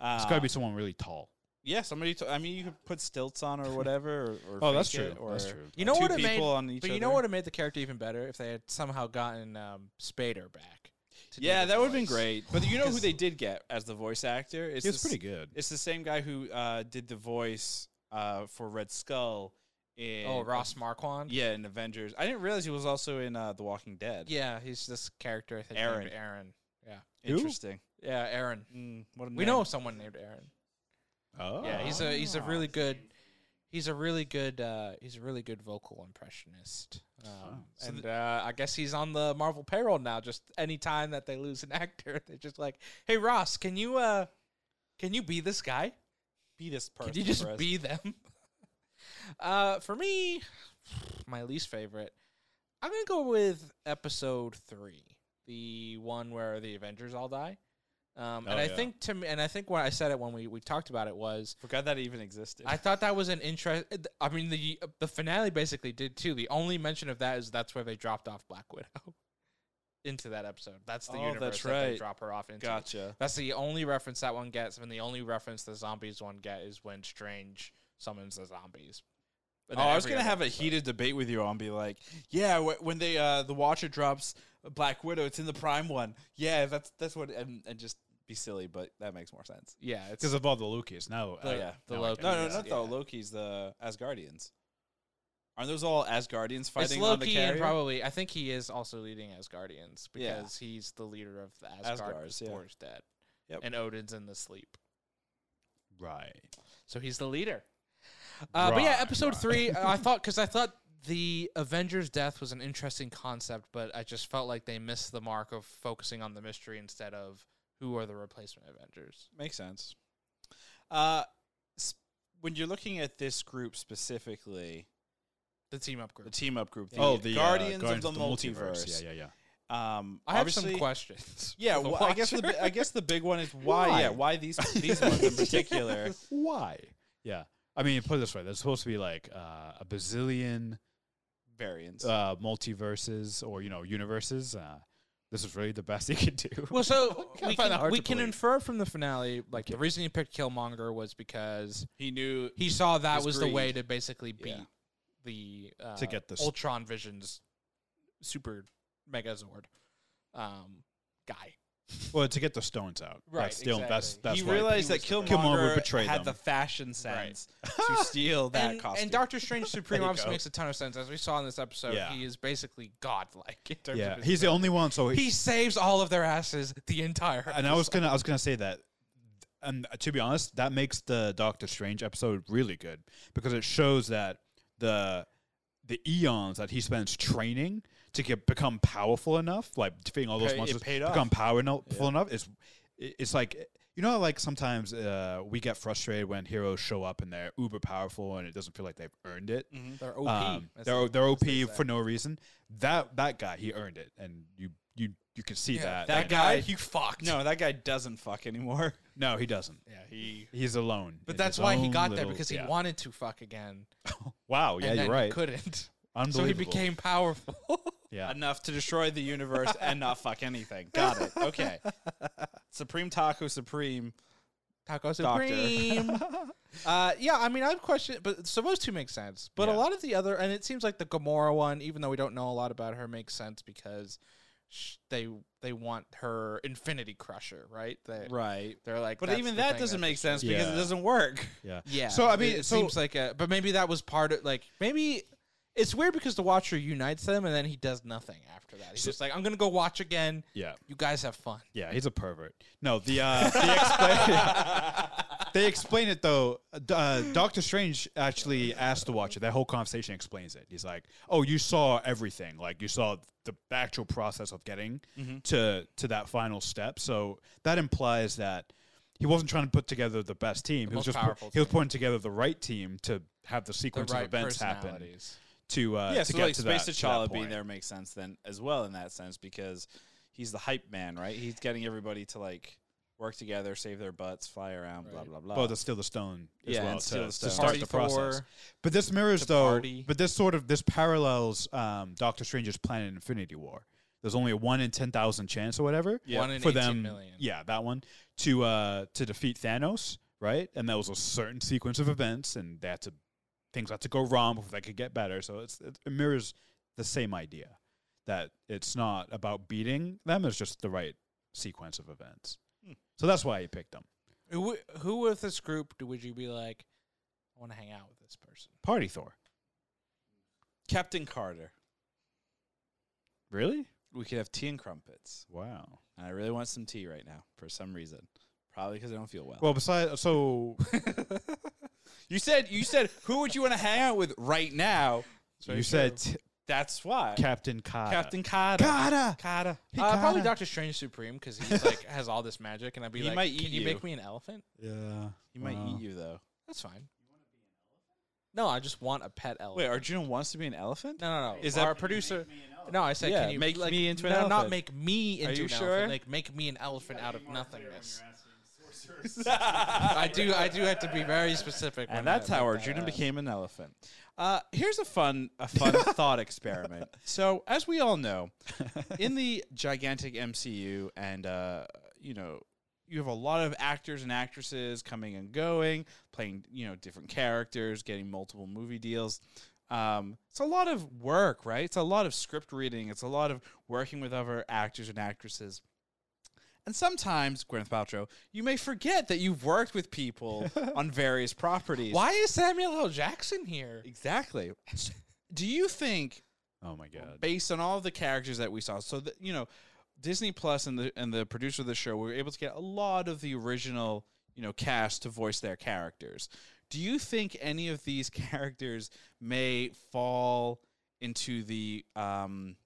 S1: Uh,
S3: It's gotta be someone really tall.
S1: Yeah, somebody. T- I mean, you could put stilts on or whatever. Or, or
S3: Oh, that's
S1: fake
S3: true.
S1: it, Or
S3: that's true.
S2: You know
S1: two
S2: what it
S1: people
S2: made,
S1: on each
S2: but you
S1: other.
S2: know what it made the character even better if they had somehow gotten um, Spader back. to do
S1: Yeah,
S2: the
S1: that would have been
S2: voice.
S1: great. But you know who
S2: 'Cause-
S1: they did get as the voice actor? It's
S3: It's
S1: the s-
S3: pretty good.
S1: It's the same guy who uh, did the voice uh, for Red Skull in.
S2: Oh, Ross Marquand.
S1: Yeah, in Avengers. I didn't realize he was also in uh, The Walking Dead.
S2: yeah, he's this character. I think
S1: Aaron.
S2: named Aaron.
S3: Who?
S1: Interesting.
S2: Yeah, Aaron.
S1: Mm, what a
S2: We
S1: name.
S2: know someone named Aaron.
S3: Oh,
S2: Yeah, he's a he's a really good he's a really good uh, he's a really good vocal impressionist. Um,
S1: Oh, So
S2: and
S1: th-
S2: uh, I guess he's on the Marvel payroll now. Just any time that they lose an actor, they're just like, "Hey Ross, can you uh, can you be this guy?
S1: be this person.
S2: Can you just
S1: for us.
S2: be them?" uh, for me, my least favorite, I'm gonna go with episode three, the one where the Avengers all die. Um,
S3: Oh,
S2: and I
S3: yeah.
S2: think to me, and I think what I said it when we, we talked about it was
S1: forgot that even existed.
S2: I thought that was an interest. I mean, the the finale basically did too. The only mention of that is that's where they dropped off Black Widow into that episode. That's the
S1: Oh,
S2: universe
S1: that's
S2: that they
S1: right.
S2: drop her off into.
S1: gotcha.
S2: That's the only reference that one gets, and the only reference the zombies one get is when Strange summons the zombies.
S1: Oh, I was gonna have a heated debate with you on be like, yeah, wh- when they uh, the Watcher drops Black Widow, it's in the Prime one. Yeah, that's that's what, and, and just be silly, but that makes more sense.
S2: Yeah, it's
S3: because of all the Lucas. Now,
S1: The-
S3: uh,
S1: yeah,
S2: the
S3: now I
S2: Loki.
S3: get it.
S1: No, no,
S2: Yeah.
S1: not the Loki's, the Asgardians. Aren't those all Asgardians
S2: it's
S1: fighting on the
S2: Loki
S1: carrier?
S2: and probably I think he is also leading as Guardians
S1: Yeah.
S2: because he's the leader of the Asgard.
S1: Asgard's,
S2: Asgard's,
S1: yeah.
S2: Thor's dead,
S1: Yep.
S2: and Odin's in the sleep,
S3: right.
S2: so he's the leader. Uh, But yeah,
S3: Right,
S2: episode
S3: right.
S2: three, uh, I thought because I thought the Avengers' death was an interesting concept, but I just felt like they missed the mark of focusing on the mystery instead of who are the replacement Avengers.
S1: Makes sense. Uh, s- when you're looking at this group specifically,
S2: The team up group.
S1: the team up group, the
S3: oh, the uh,
S1: Guardians, of the, multiverse.
S3: Yeah, yeah, yeah.
S1: Um,
S2: I have some
S1: obviously-
S2: questions.
S1: Yeah,
S2: for the
S1: well, I guess the,
S2: Watcher.
S1: bi- I guess the big one is why. Yeah, why these these ones in particular?
S3: Why? Yeah. I mean, put it this way: there's supposed to be like uh, a bazillion
S1: Variants.
S3: uh, multiverses or you know universes. Uh, this is really the best they could do.
S2: Well, so
S3: I
S2: we
S3: find that
S2: can,
S3: hard
S2: we
S3: to
S2: can
S3: believe.
S2: infer from the finale, like the reason he picked Killmonger was because
S1: he knew
S2: he saw that
S1: His
S2: was the way
S1: greed.
S2: to basically beat
S1: Yeah.
S2: the uh,
S3: To get the s-
S2: Ultron Vision's super Megazord um, guy.
S3: Well, to get the stones out.
S2: Right,
S3: That's still that's
S2: exactly.
S3: that's
S1: he
S3: why-
S1: realized that
S2: he was
S1: Killmonger,
S3: the villain. Killmonger betrayed
S1: had
S3: them.
S1: the fashion sense to steal that
S2: and,
S1: costume.
S2: and Doctor Strange
S3: There
S2: Supreme
S3: you
S2: obviously
S3: go.
S2: makes a ton of sense, as we saw in this episode.
S3: Yeah.
S2: He is basically godlike in terms
S3: Yeah,
S2: of his
S3: he's the
S2: ability.
S3: only one. So he,
S2: He saves all of their asses the entire.
S3: and I was gonna I was gonna say that. And to be honest, that makes the Doctor Strange episode really good because it shows that the the eons that he spends training to get become powerful enough, like defeating all those
S1: Pay- it
S3: monsters,
S1: paid off.
S3: become powerful enough. It's it's like you know, how, like sometimes uh, we get frustrated when heroes show up and they're uber powerful and it doesn't feel like they've earned it.
S1: Mm-hmm.
S2: They're OP.
S3: Um,
S2: That's
S3: they're they're OP
S2: they say.
S3: for no reason. That that guy he earned it, and you you you can see that.
S1: that
S3: And-
S1: guy-
S2: you fucked.
S1: no, that guy doesn't fuck anymore.
S3: no, he doesn't.
S2: Yeah, he.
S3: He's alone.
S2: But
S3: in
S2: that's
S3: his
S2: why he
S3: own
S2: got there
S3: little-
S2: because he
S3: yeah.
S2: wanted to fuck again.
S3: Wow, yeah,
S2: and then
S3: you're
S2: He
S3: right.
S2: couldn't, so he
S3: Unbelievable.
S2: became powerful.
S3: yeah.
S1: Enough to destroy the universe and not fuck anything. Got it. Okay. Supreme Taco Supreme.
S2: Taco
S1: Doctor.
S2: Supreme. uh, yeah, I mean, I've questioned, but so those two make sense. But a
S3: Yeah.
S2: lot of the other, and it seems like the Gamora one, even though we don't know a lot about her, makes sense because sh- they they want her Infinity Crusher, right? They,
S1: Right.
S2: They're like,
S1: But
S2: that's
S1: even
S2: the
S1: that
S2: thing
S1: doesn't
S2: that's-
S1: make sense because it
S3: Yeah.
S1: doesn't work.
S3: Yeah.
S2: Yeah.
S3: So, I mean,
S2: it, it
S3: so-
S2: seems like a, but maybe that was part of like maybe it's weird because the Watcher unites them and then he does nothing after that. He's
S3: So-
S2: just like, I'm gonna go watch again.
S3: Yeah.
S2: You guys have fun.
S3: Yeah, he's a pervert. No, the uh, they explain they explain it though. D- Uh, Doctor Strange actually asked the Watcher. That whole conversation explains it. He's like, "Oh, you saw everything. Like you saw the actual process of getting
S2: Mm-hmm.
S3: to to that final step." So that implies that he wasn't trying to put together the best team. he was
S2: most
S3: just pu-
S2: powerful
S3: he was
S2: team.
S3: putting together the right team to have the sequence of events happen to uh,
S1: yeah,
S3: to
S1: so
S3: get
S1: like
S3: to
S1: Space
S3: that, to that
S1: T'Challa
S3: point.
S1: being there makes sense then as well in that sense because he's the hype man, right? He's getting everybody to like work together, save their butts, fly around, blah blah blah.
S3: Well, the steal the stone as
S1: Yeah,
S3: well
S1: and
S3: to,
S1: steal the
S3: to
S1: stone.
S3: start
S2: Party
S3: the process.
S2: Thor.
S3: But this mirrors
S2: to
S3: though.
S2: party.
S3: But this sort of this parallels um, Doctor Strange's plan in Infinity War. There's only a one in ten thousand chance or whatever
S1: Yeah.
S2: One in
S3: for
S2: 18
S3: them.
S2: million.
S3: Yeah, that one to uh, to defeat Thanos, right? And there was a certain sequence of events, and that to things had to go wrong before they could get better. So it's, it mirrors the same idea that it's not about beating them; it's just the right sequence of events. So that's why he picked them.
S2: Who, who with this group do- would you be like? I want to hang out with this person.
S3: Party Thor,
S1: Captain Carter.
S3: really?
S1: We could have tea and crumpets.
S3: Wow.
S1: And I really want some tea right now for some reason. Probably because I don't feel well.
S3: Well, besides, so
S1: you said you said who would you want to hang out with right now?
S3: you said t-
S1: That's why
S3: Captain Carter.
S1: Captain Carter.
S3: Carter.
S1: Carter.
S3: He
S2: Uh, probably
S3: kinda-
S2: Doctor Strange Supreme because he's like has all this magic, and I'd be
S1: He
S2: like,
S1: might
S2: "Can
S1: eat
S2: you make
S1: you."
S2: me an elephant?"
S3: Yeah.
S1: He might
S3: Wow.
S1: eat you though.
S2: That's fine. No, I just want a pet elephant.
S1: Wait, Arjuna wants to be an elephant?
S2: No, no, no.
S1: Is
S2: Is
S1: that-
S2: our producer? No, I said,
S1: Yeah,
S2: can you
S1: make
S2: like,
S1: me into an
S2: no,
S1: elephant.
S2: Not make me into
S1: you
S2: an
S1: sure?
S2: elephant. Like make me an elephant out of nothingness. I do. I do have to be very specific.
S1: and
S2: when I
S1: that's how
S2: make
S1: Arjuna
S2: that.
S1: became an elephant. Uh, here's a fun, a fun thought experiment. So, as we all know, in the gigantic MCU and uh, you know you have a lot of actors and actresses coming and going, playing you know different characters, getting multiple movie deals. Um, it's a lot of work, right? It's a lot of script reading. It's a lot of working with other actors and actresses. And sometimes, Gwyneth Paltrow, you may forget that you've worked with people on various properties.
S2: Why is Samuel L. Jackson here?
S1: Exactly. Do you think
S3: Oh my god.
S1: based on all the characters that we saw. So that you know, Disney Plus and the and the producer of the show were able to get a lot of the original you know cast to voice their characters. Do you think any of these characters may fall into the um,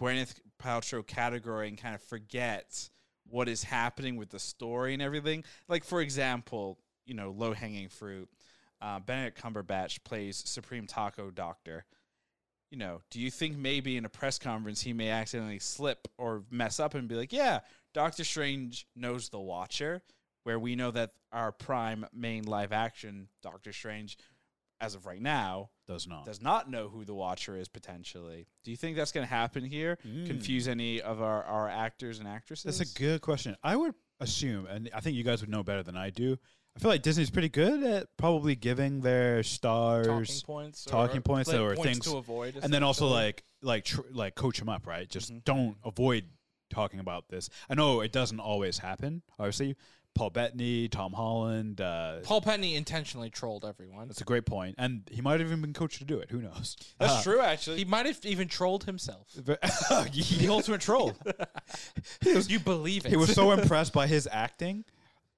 S1: Gwyneth Paltrow category and kind of forget what is happening with the story and everything? Like for example, you know, low hanging fruit. Uh, Benedict Cumberbatch plays Supreme Taco Doctor you know, do you think maybe in a press conference he may accidentally slip or mess up and be like, yeah, Doctor Strange knows the Watcher, where we know that our prime main live action Doctor Strange, as of right now,
S3: Does not.
S1: does not know who the Watcher is potentially. Do you think that's going to happen here?
S3: Mm.
S1: Confuse any of our, our actors and actresses?
S3: That's a good question. I would assume, and I think you guys would know better than I do. I feel like Disney's pretty good at probably giving their stars
S2: Talking points.
S3: talking
S2: or,
S3: points
S2: like,
S3: or things-
S2: to avoid.
S3: and then also
S2: essentially. Mm-hmm.
S3: like like tr- like coach them up, right? Just don't avoid talking about this. I know it doesn't always happen. Obviously, Paul Bettany, Tom Holland. Uh,
S2: Paul Penny intentionally trolled everyone. Uh,
S3: that's a great point, and he might have even been coached to do it. Who knows?
S1: That's true, actually.
S2: He might have even trolled himself.
S3: But-
S1: the ultimate troll.
S2: you believe it.
S3: he was so impressed by his acting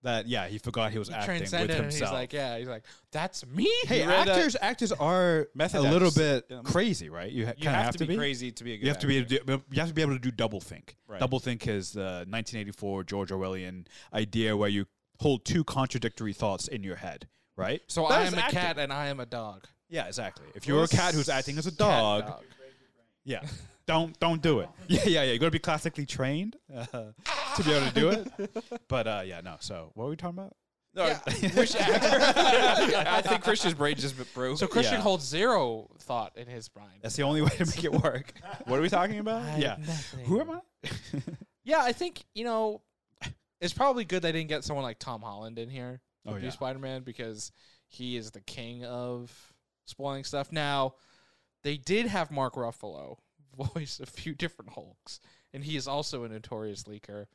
S3: that yeah, he forgot he was acting with
S2: transcended.
S3: himself.
S2: And he's like, yeah. He's like, that's me.
S3: hey,
S1: You read, uh,
S3: actors, actors are
S1: Method
S3: a little
S1: acts.
S3: bit
S1: Yeah.
S3: crazy, right? You, ha-
S1: You
S3: kinda
S1: have, to, be, crazy to be a good
S3: You have to be
S1: actor.
S3: able to do, you have to be able to do double think.
S1: Right.
S3: Double think is the 1984 George Orwellian idea where you hold two contradictory thoughts in your head, right?
S2: So
S3: That
S2: I
S3: is
S2: am a
S3: acting.
S2: cat and I am a dog.
S3: Yeah, exactly. If you're a cat who's acting as a dog,
S2: Cat dog.
S3: yeah, don't don't do it. Yeah, yeah, yeah. You got to be classically trained uh, to be able to do it. But uh, yeah, no. So what were we talking about?
S1: No, which actor? I think Christian's brain just broke.
S2: So Christian
S3: Yeah.
S2: holds zero thought in his mind.
S3: That's the only way to make it work. what are we talking about?
S2: I have
S3: yeah.
S2: nothing.
S3: Who am I?
S2: Yeah, I think you know, it's probably good they didn't get someone like Tom Holland in here to
S3: Oh,
S2: do
S3: yeah.
S2: Spider-Man because he is the king of spoiling stuff. Now, they did have Mark Ruffalo voice a few different Hulks, and he is also a notorious leaker,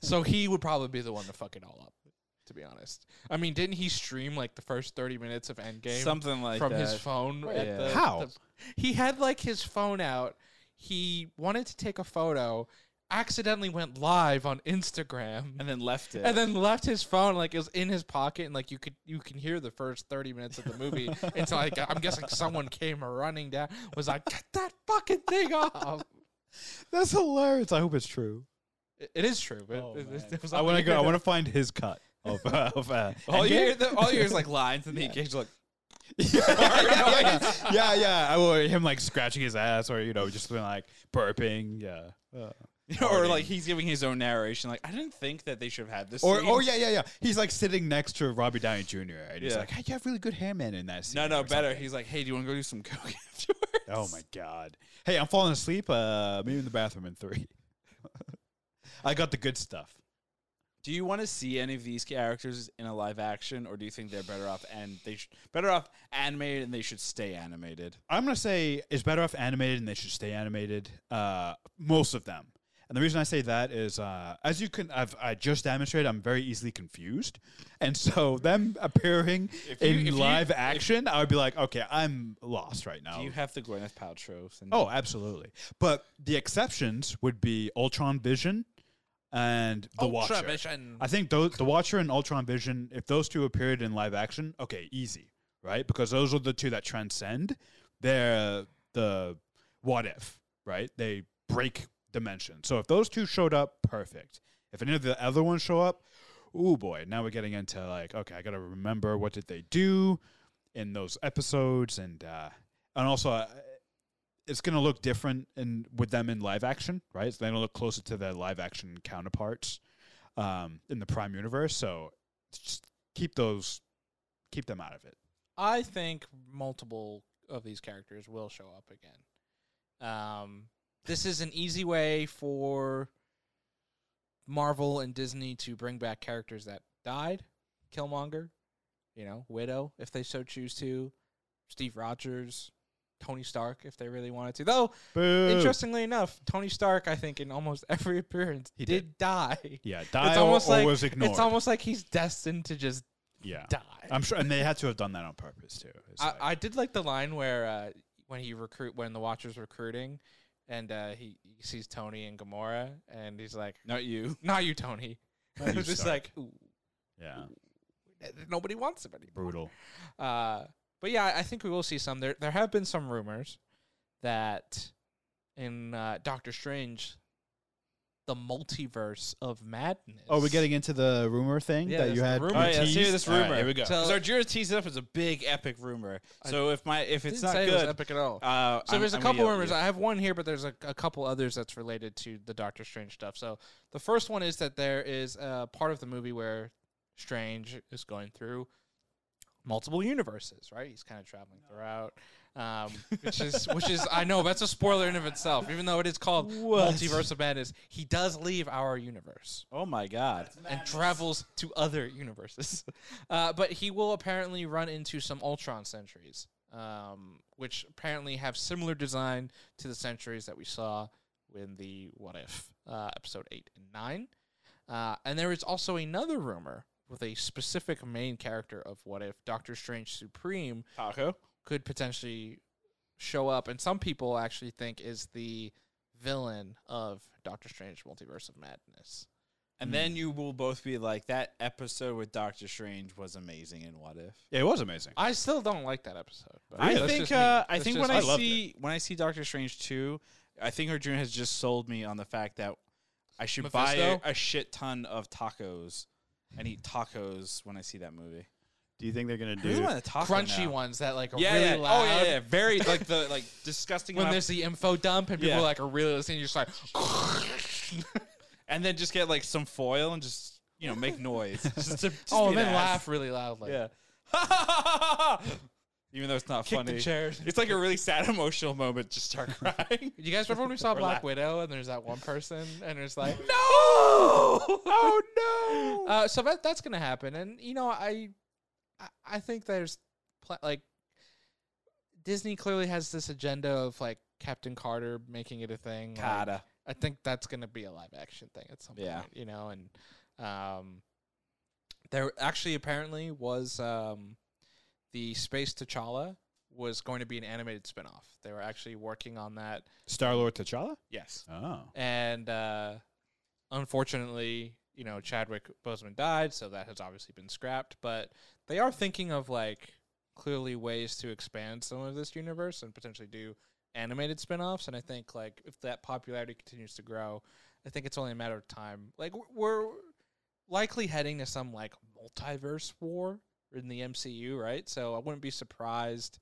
S2: so he would probably be the one to fuck it all up. To be honest, I mean, didn't he stream like the first thirty minutes of Endgame?
S1: Something like
S2: from
S1: that.
S2: his phone. at
S1: yeah.
S2: the-
S3: How?
S2: the- he had like his phone out. He wanted to take a photo, accidentally went live on Instagram,
S1: and then left it.
S2: and then left his phone like it was in his pocket, and like you could you can hear the first thirty minutes of the movie until like I'm guessing someone came running down, was like, "Get that fucking thing off!"
S3: That's hilarious. I hope it's true.
S2: It- it is true, but
S3: Oh,
S2: it, it-
S3: man.
S2: it was
S3: I
S2: on
S3: want to
S2: the
S3: go. I
S2: internet.
S3: want to find his cut of uh, of uh,
S1: all Oh, you
S3: Endgame.
S1: hear, the, all you hear is like lines, and the occasional like
S3: yeah, yeah, yeah, yeah, yeah. I will him like scratching his ass or you know just being like burping. Yeah. Uh,
S1: or
S3: farting.
S1: like he's giving his own narration. Like I didn't think that they should have had this.
S3: Or
S1: scene.
S3: oh yeah, yeah, yeah. He's like sitting next to Robbie Downey Jr. and he's
S1: Yeah.
S3: like, "Hey, you have really good hair, man, in that scene."
S1: no, no,
S3: or
S1: better.
S3: something.
S1: He's like, hey, do you want to go do some coke afterwards?
S3: Oh my god. Hey, I'm falling asleep. Uh, maybe in the bathroom in three. I got the good stuff.
S1: Do you want to see any of these characters in a live action, or do you think they're better off and they sh- better off animated and they should stay animated?
S3: I'm gonna say it's better off animated, and they should stay animated. Uh, most of them, and the reason I say that is, uh, as you can, I've I just demonstrated, I'm very easily confused, and so them appearing
S1: you-
S3: in
S1: if you-
S3: live action, I would be like, okay, I'm lost right now.
S1: Do you have the Gwyneth Paltrow? syndrome?
S3: oh, absolutely. But the exceptions would be Ultron Vision and the Watcher.
S2: Ultravision.
S3: I think those, the Watcher and Ultron Vision, if those two appeared in live action, okay, easy, right? Because those are the two that transcend. They're the what if, right? They break dimension. So if those two showed up, perfect. If any of the other ones show up, ooh boy, now we're getting into like, okay, I got to remember what did they do in those episodes, and uh, and also. Uh, it's going to look different in, with them in live action, right? It's going to look closer to their live action counterparts um, in the Prime universe. So just keep those, keep them out of it.
S2: I think multiple of these characters will show up again. Um, this is an easy way for Marvel and Disney to bring back characters that died, Killmonger, you know, Widow if they so choose to, Steve Rogers, Tony Stark if they really wanted to. Though interestingly enough, Tony Stark I think in almost every appearance
S3: He
S2: did, die.
S3: Yeah, die or,
S2: almost
S3: or
S2: like-
S3: was ignored.
S2: It's almost like he's destined to just
S3: yeah.
S2: die.
S3: I'm sure, and they had to have done that on purpose too. It's
S2: I,
S3: like-
S2: I did like the line where uh, when he recruit when the Watcher's recruiting, and uh, he, he sees Tony and Gamora, and he's like,
S1: Not you.
S2: "Not you, Tony."
S3: Not
S2: It
S3: you,
S2: was just
S3: Stark.
S2: like ooh,
S3: yeah,
S2: nobody wants him anymore.
S3: brutal.
S2: Uh, but yeah, I- I think we will see some. There there have been some rumors that in uh, Doctor Strange, the multiverse of madness.
S3: Oh, we're getting into the rumor thing
S2: Yeah,
S3: that
S2: there's
S3: you
S2: the
S3: had.
S2: rumor.
S1: All right, let's hear
S3: teased?
S1: this
S3: All right,
S1: rumor.
S3: here we go.
S2: So-
S1: So Jura teased it up as a big epic rumor.
S2: I
S1: So if my if it's
S2: Didn't
S1: not
S2: say it was
S1: good,
S2: epic at all.
S1: uh,
S2: So
S1: I'm-
S2: there's a
S1: I'm gonna
S2: couple
S1: yell at
S2: rumors.
S1: you.
S2: I have one here, but there's a, a couple others that's related to the Doctor Strange stuff. So the first one is that there is a part of the movie where Strange is going through multiple universes, right? He's kind of traveling throughout, um, which is which is I know that's a spoiler in of itself, even though it is called
S1: What?
S2: Multiverse of Madness. He does leave our universe
S1: Oh my god.
S2: and travels to other universes. Uh, but he will apparently run into some Ultron sentries, um, which apparently have similar design to the sentries that we saw in the What If uh, episode 8 and 9. Uh, and there is also another rumor with a specific main character of What If, Doctor Strange Supreme,
S1: Taco.
S2: could potentially show up and some people actually think is the villain of Doctor Strange Multiverse of Madness.
S1: And then you will both be like, that episode with Doctor Strange was amazing. And what if?
S3: Yeah, it was amazing.
S2: I still don't like that episode. but
S1: I
S2: that's
S1: think
S2: just me.
S1: uh, I
S2: That's
S1: think
S2: just
S1: when I,
S3: I loved
S1: see when I see Doctor Strange two, I think Arjun has just sold me on the fact that I should buy
S2: Mephisto?
S1: a, a shit ton of tacos and eat tacos when I see that movie.
S4: Do you think they're gonna
S1: I really
S4: do?
S1: want a taco
S2: crunchy
S1: now.
S2: ones that like are
S1: Yeah,
S2: really
S1: yeah.
S2: loud.
S1: Oh yeah, yeah. Very like the like disgusting
S2: When
S1: amount of
S2: there's the info dump and people
S1: Yeah.
S2: like are really listening, you're just like
S1: and then just get like some foil and just you know make noise. just to, just
S2: oh,
S1: be
S2: and then
S1: an
S2: laugh
S1: ass.
S2: really loudly.
S1: Yeah. Even though it's not
S2: Kick
S1: funny,
S2: the chairs.
S1: it's like a really sad emotional moment. Just start crying.
S2: You guys remember when we saw
S1: Or
S2: Black
S1: laugh.
S2: Widow and there's that one person and it's like
S1: no! Oh no!
S2: uh, so that that's gonna happen. And you know, I I, I think there's pla like Disney clearly has this agenda of like Captain Carter making it a thing. like,
S1: Kata.
S2: I think that's going to be a live action thing at some
S1: Yeah.
S2: point, you know, and um there actually apparently was um the Space T'Challa was going to be an animated spin-off. They were actually working on that
S3: Star Lord T'Challa.
S2: Yes.
S3: Oh,
S2: And uh unfortunately, you know, Chadwick Boseman died, so that has obviously been scrapped, but they are thinking of like clearly ways to expand some of this universe and potentially do animated spin-offs and I think like if that popularity continues to grow, I think it's only a matter of time. Like w- we're likely heading to some like multiverse war in the MCU, right? So I wouldn't be surprised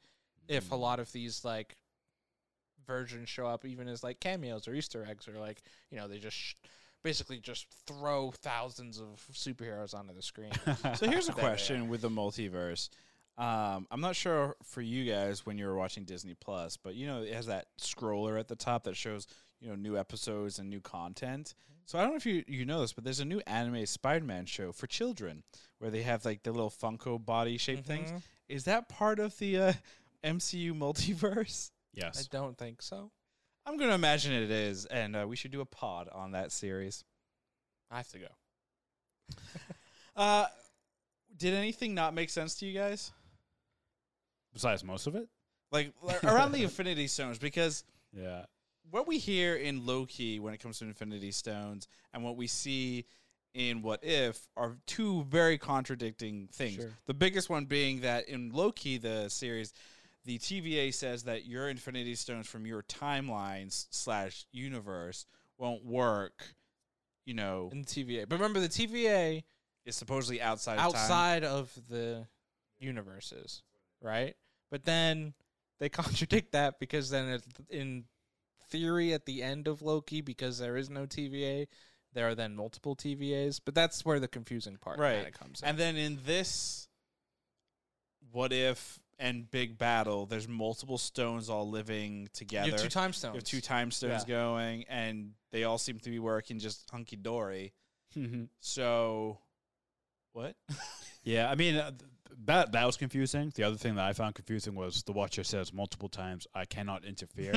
S2: if a lot of these like versions show up even as like cameos or Easter eggs or like you know they just sh- basically just throw thousands of superheroes onto the screen.
S1: So here's a
S2: There they
S1: question with the multiverse. Um, I'm not sure for you guys when you were watching Disney Plus, but you know it has that scroller at the top that shows you know new episodes and new content. So I don't know if you you know this, but there's a new anime Spider-Man show for children where they have like the little Funko body shaped things.
S2: Mhm.
S1: Is that part of the uh, MCU multiverse?
S2: I
S3: yes.
S2: don't think so.
S1: I'm gonna imagine it is, and uh, we should do a pod on that series.
S2: I have to go.
S1: Uh, did anything not make sense to you guys?
S3: Besides most of it.
S1: like like, around the Infinity Stones, because
S3: Yeah.
S1: what we hear in Loki when it comes to Infinity Stones and what we see in What If are two very contradicting things.
S2: Sure.
S1: The biggest one being that in Loki, the series, the TVA says that your Infinity Stones from your timelines slash universe won't work. You know,
S2: In the TVA, but remember the TVA
S1: it's supposedly outside of time.
S2: outside of the universes, right? But then they contradict that because then it's in theory at the end of Loki, because there is no TVA, there are then multiple TVAs. But that's where the confusing part
S1: Right.
S2: kinda comes in.
S1: And then in this, what if and big battle? There's multiple stones all living together.
S2: you have two time stones.
S1: You have two time stones going, and they all seem to be working just hunky dory.
S3: Mm-hmm.
S1: So, what?
S3: Yeah, I mean uh, th- that that was confusing. The other thing that I found confusing was the Watcher says multiple times, "I cannot interfere."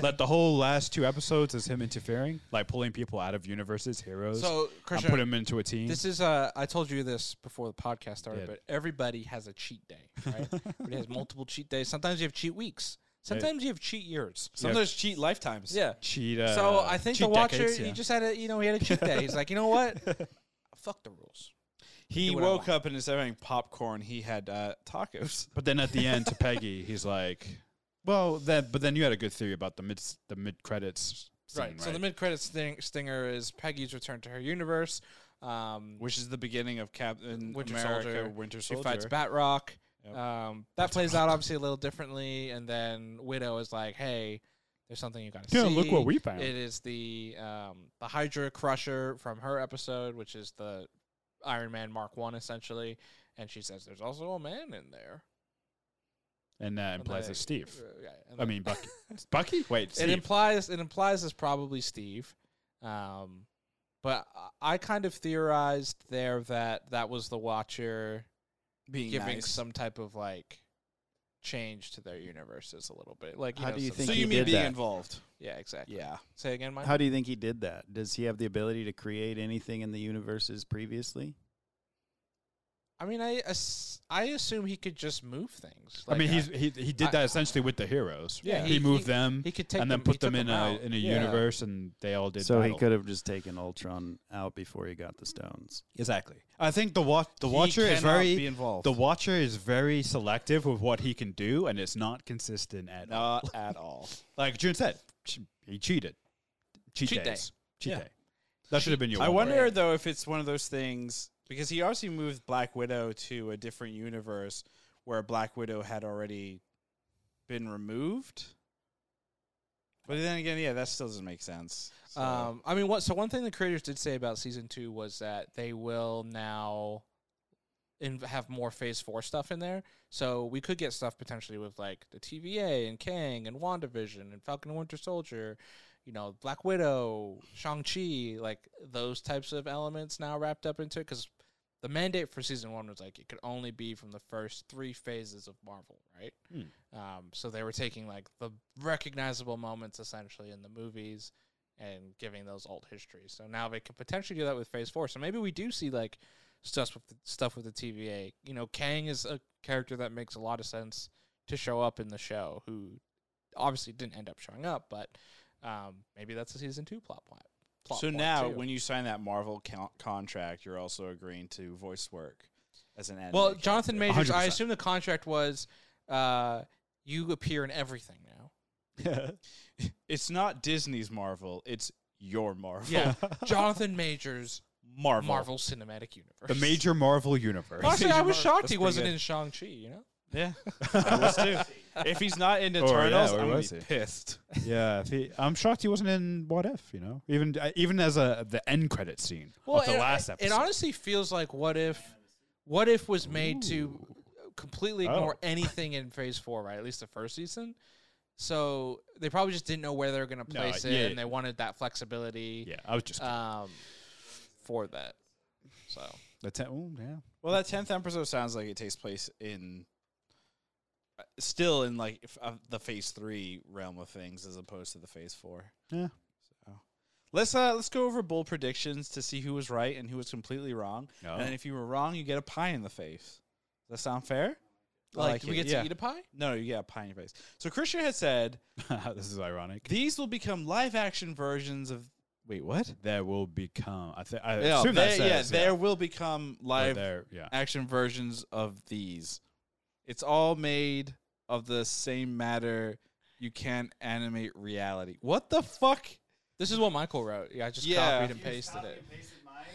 S3: But the whole last two episodes is him interfering, like pulling people out of universes, heroes,
S2: so,
S3: and
S2: Christian,
S3: putting them into a team.
S2: This is uh, I told you this before the podcast started,
S3: Yeah.
S2: but everybody has a cheat day, right? everybody has multiple cheat days. Sometimes you have cheat weeks. Sometimes you have cheat years.
S1: Sometimes cheat lifetimes.
S2: Yeah.
S3: cheat. Uh,
S2: so I think the
S3: cheat
S2: watcher,
S3: decades,
S2: he
S3: yeah.
S2: just had a, you know, he had a cheat day. He's like, you know what? Fuck the rules.
S1: He
S2: Do what I
S1: woke
S2: want.
S1: up and instead of having popcorn, he had uh, tacos.
S3: But then at the end, to Peggy, he's like, "Well, then." But then you had a good theory about the mid the mid credits.
S2: right. So the mid credits sting- stinger is Peggy's return to her universe. Um,
S1: which is the beginning of Captain
S2: Winter
S1: America
S2: Soldier.
S1: Winter
S2: she
S1: Soldier.
S2: fights Batrock.
S1: Yep.
S2: Um, that plays out obviously a little differently, and then Widow is like, "Hey, there's something you gotta
S3: yeah,
S2: see."
S3: look what we found.
S2: It is the um, the Hydra Crusher from her episode, which is the Iron Man Mark One essentially, and she says there's also a man in there.
S3: and that implies
S2: they-
S3: it's Steve.
S2: Uh, yeah, and
S3: I
S2: then-
S3: mean, Bucky. It's Bucky. Wait,
S2: it
S3: Steve.
S2: implies it implies it's probably Steve, um, but I- I kind of theorized there that that was the Watcher
S1: being
S2: giving
S1: nice.
S2: some type of like change to their universes a little bit. Like, you
S4: How
S2: know,
S4: do you
S2: some-
S4: think
S1: so
S4: he
S1: you mean
S4: did
S1: being
S4: that.
S1: involved?
S2: Yeah, exactly.
S1: Yeah.
S2: Say again, Mike.
S4: How do you think he did that? Does he have the ability to create anything in the universes previously?
S2: I mean, I ass- I assume he could just move things.
S3: I mean,
S2: Like,
S3: he's, he he did
S2: I-
S3: that essentially with the heroes.
S2: Yeah,
S3: he,
S2: he-
S3: moved
S2: he-
S3: them
S2: He could take
S3: and then
S2: them- he
S3: put them
S2: took
S3: in a
S2: out.
S3: in a
S2: Yeah.
S3: universe, and they all did.
S4: so
S3: battle.
S4: he could have just taken Ultron out before he got the stones.
S3: exactly. I think the watch the
S1: He
S3: watcher is
S1: cannot
S3: very
S1: be involved.
S3: the watcher is very selective with what he can do, and it's not consistent at all.
S1: Not at all.
S3: Like June said, ch- he cheated. Cheat,
S2: Cheat day.
S3: days. Cheat
S1: Yeah.
S3: day. That should have been your.
S1: I
S3: one
S1: wonder
S2: Right.
S1: though if it's one of those things because he obviously moved Black Widow to a different universe where Black Widow had already been removed. But then again, yeah, that still doesn't make sense. So-
S2: Um, I mean, what? So one thing the creators did say about season two was that they will now in, have more Phase Four stuff in there. So we could get stuff potentially with like the TVA and Kang and WandaVision and Falcon and Winter Soldier, you know, Black Widow, Shang Chi, like those types of elements now wrapped up into it because. The mandate for season one was like it could only be from the first three phases of Marvel, right? Um, so they were taking like the recognizable moments essentially in the movies and giving those alt histories. So now they could potentially do that with Phase Four. So maybe we do see like stuff with the, stuff with the TVA. You know, Kang is a character that makes a lot of sense to show up in the show, who obviously didn't end up showing up, but um, maybe that's a season two plot point. Plot
S1: so
S2: point,
S1: now,
S2: too.
S1: when you sign that Marvel con- contract, you're also agreeing to voice work as an. anime
S2: well, Jonathan
S1: character.
S2: Majors, I
S3: 100%.
S2: assume the contract was uh, you appear in everything now.
S1: It's not Disney's Marvel. It's your Marvel.
S2: Yeah, Jonathan Majors,
S1: Marvel.
S2: Marvel Cinematic Universe.
S3: the major Marvel universe.
S2: Honestly, I was
S1: Marvel.
S2: shocked
S1: That's
S2: he
S1: pretty
S2: wasn't
S1: good.
S2: in Shang Chi. You know.
S1: Yeah, I was too. If he's not in Eternals,
S3: Oh, where
S1: I'm gonna
S3: was
S1: be
S3: he?
S1: pissed.
S3: yeah, if he, I'm shocked he wasn't in What If. You know, even uh, even as a the end credit scene of the
S2: it,
S3: last
S2: it-
S3: episode.
S2: It honestly feels like what if what if was made to completely ignore
S3: Oh.
S2: anything in phase four, right? At least the first season. So they probably just didn't know where they were gonna
S3: No,
S2: place
S3: yeah.
S2: it and they wanted that flexibility
S3: yeah, I was just
S1: Uh,
S2: um for that. So
S3: the ten, ooh, yeah.
S1: Well, that tenth episode sounds like it takes place in, uh, still in like f- uh, the Phase Three realm of things, as opposed to the Phase Four.
S3: Yeah.
S1: So let's uh let's go over bold predictions to see who was right and who was completely wrong.
S2: Oh.
S3: No.
S1: And then if you were wrong, you get a pie in the face. Does that sound fair? I
S2: like, do we
S1: it,
S2: get
S1: yeah.
S2: to eat a pie?
S1: No, you get a pie in your face. So Christian had said
S3: this is ironic.
S1: these will become live action versions of. Wait, what?
S3: There will become. I, th- I
S1: Yeah,
S3: assume that
S1: there- yeah,
S3: says,
S1: there will become
S3: But
S1: live
S3: there, yeah.
S1: action versions of these. It's all made of the same matter. You can't animate reality. What the fuck?
S2: This is what Michael wrote. Yeah, I just
S1: Yeah.
S2: copied and
S1: You
S2: pasted it.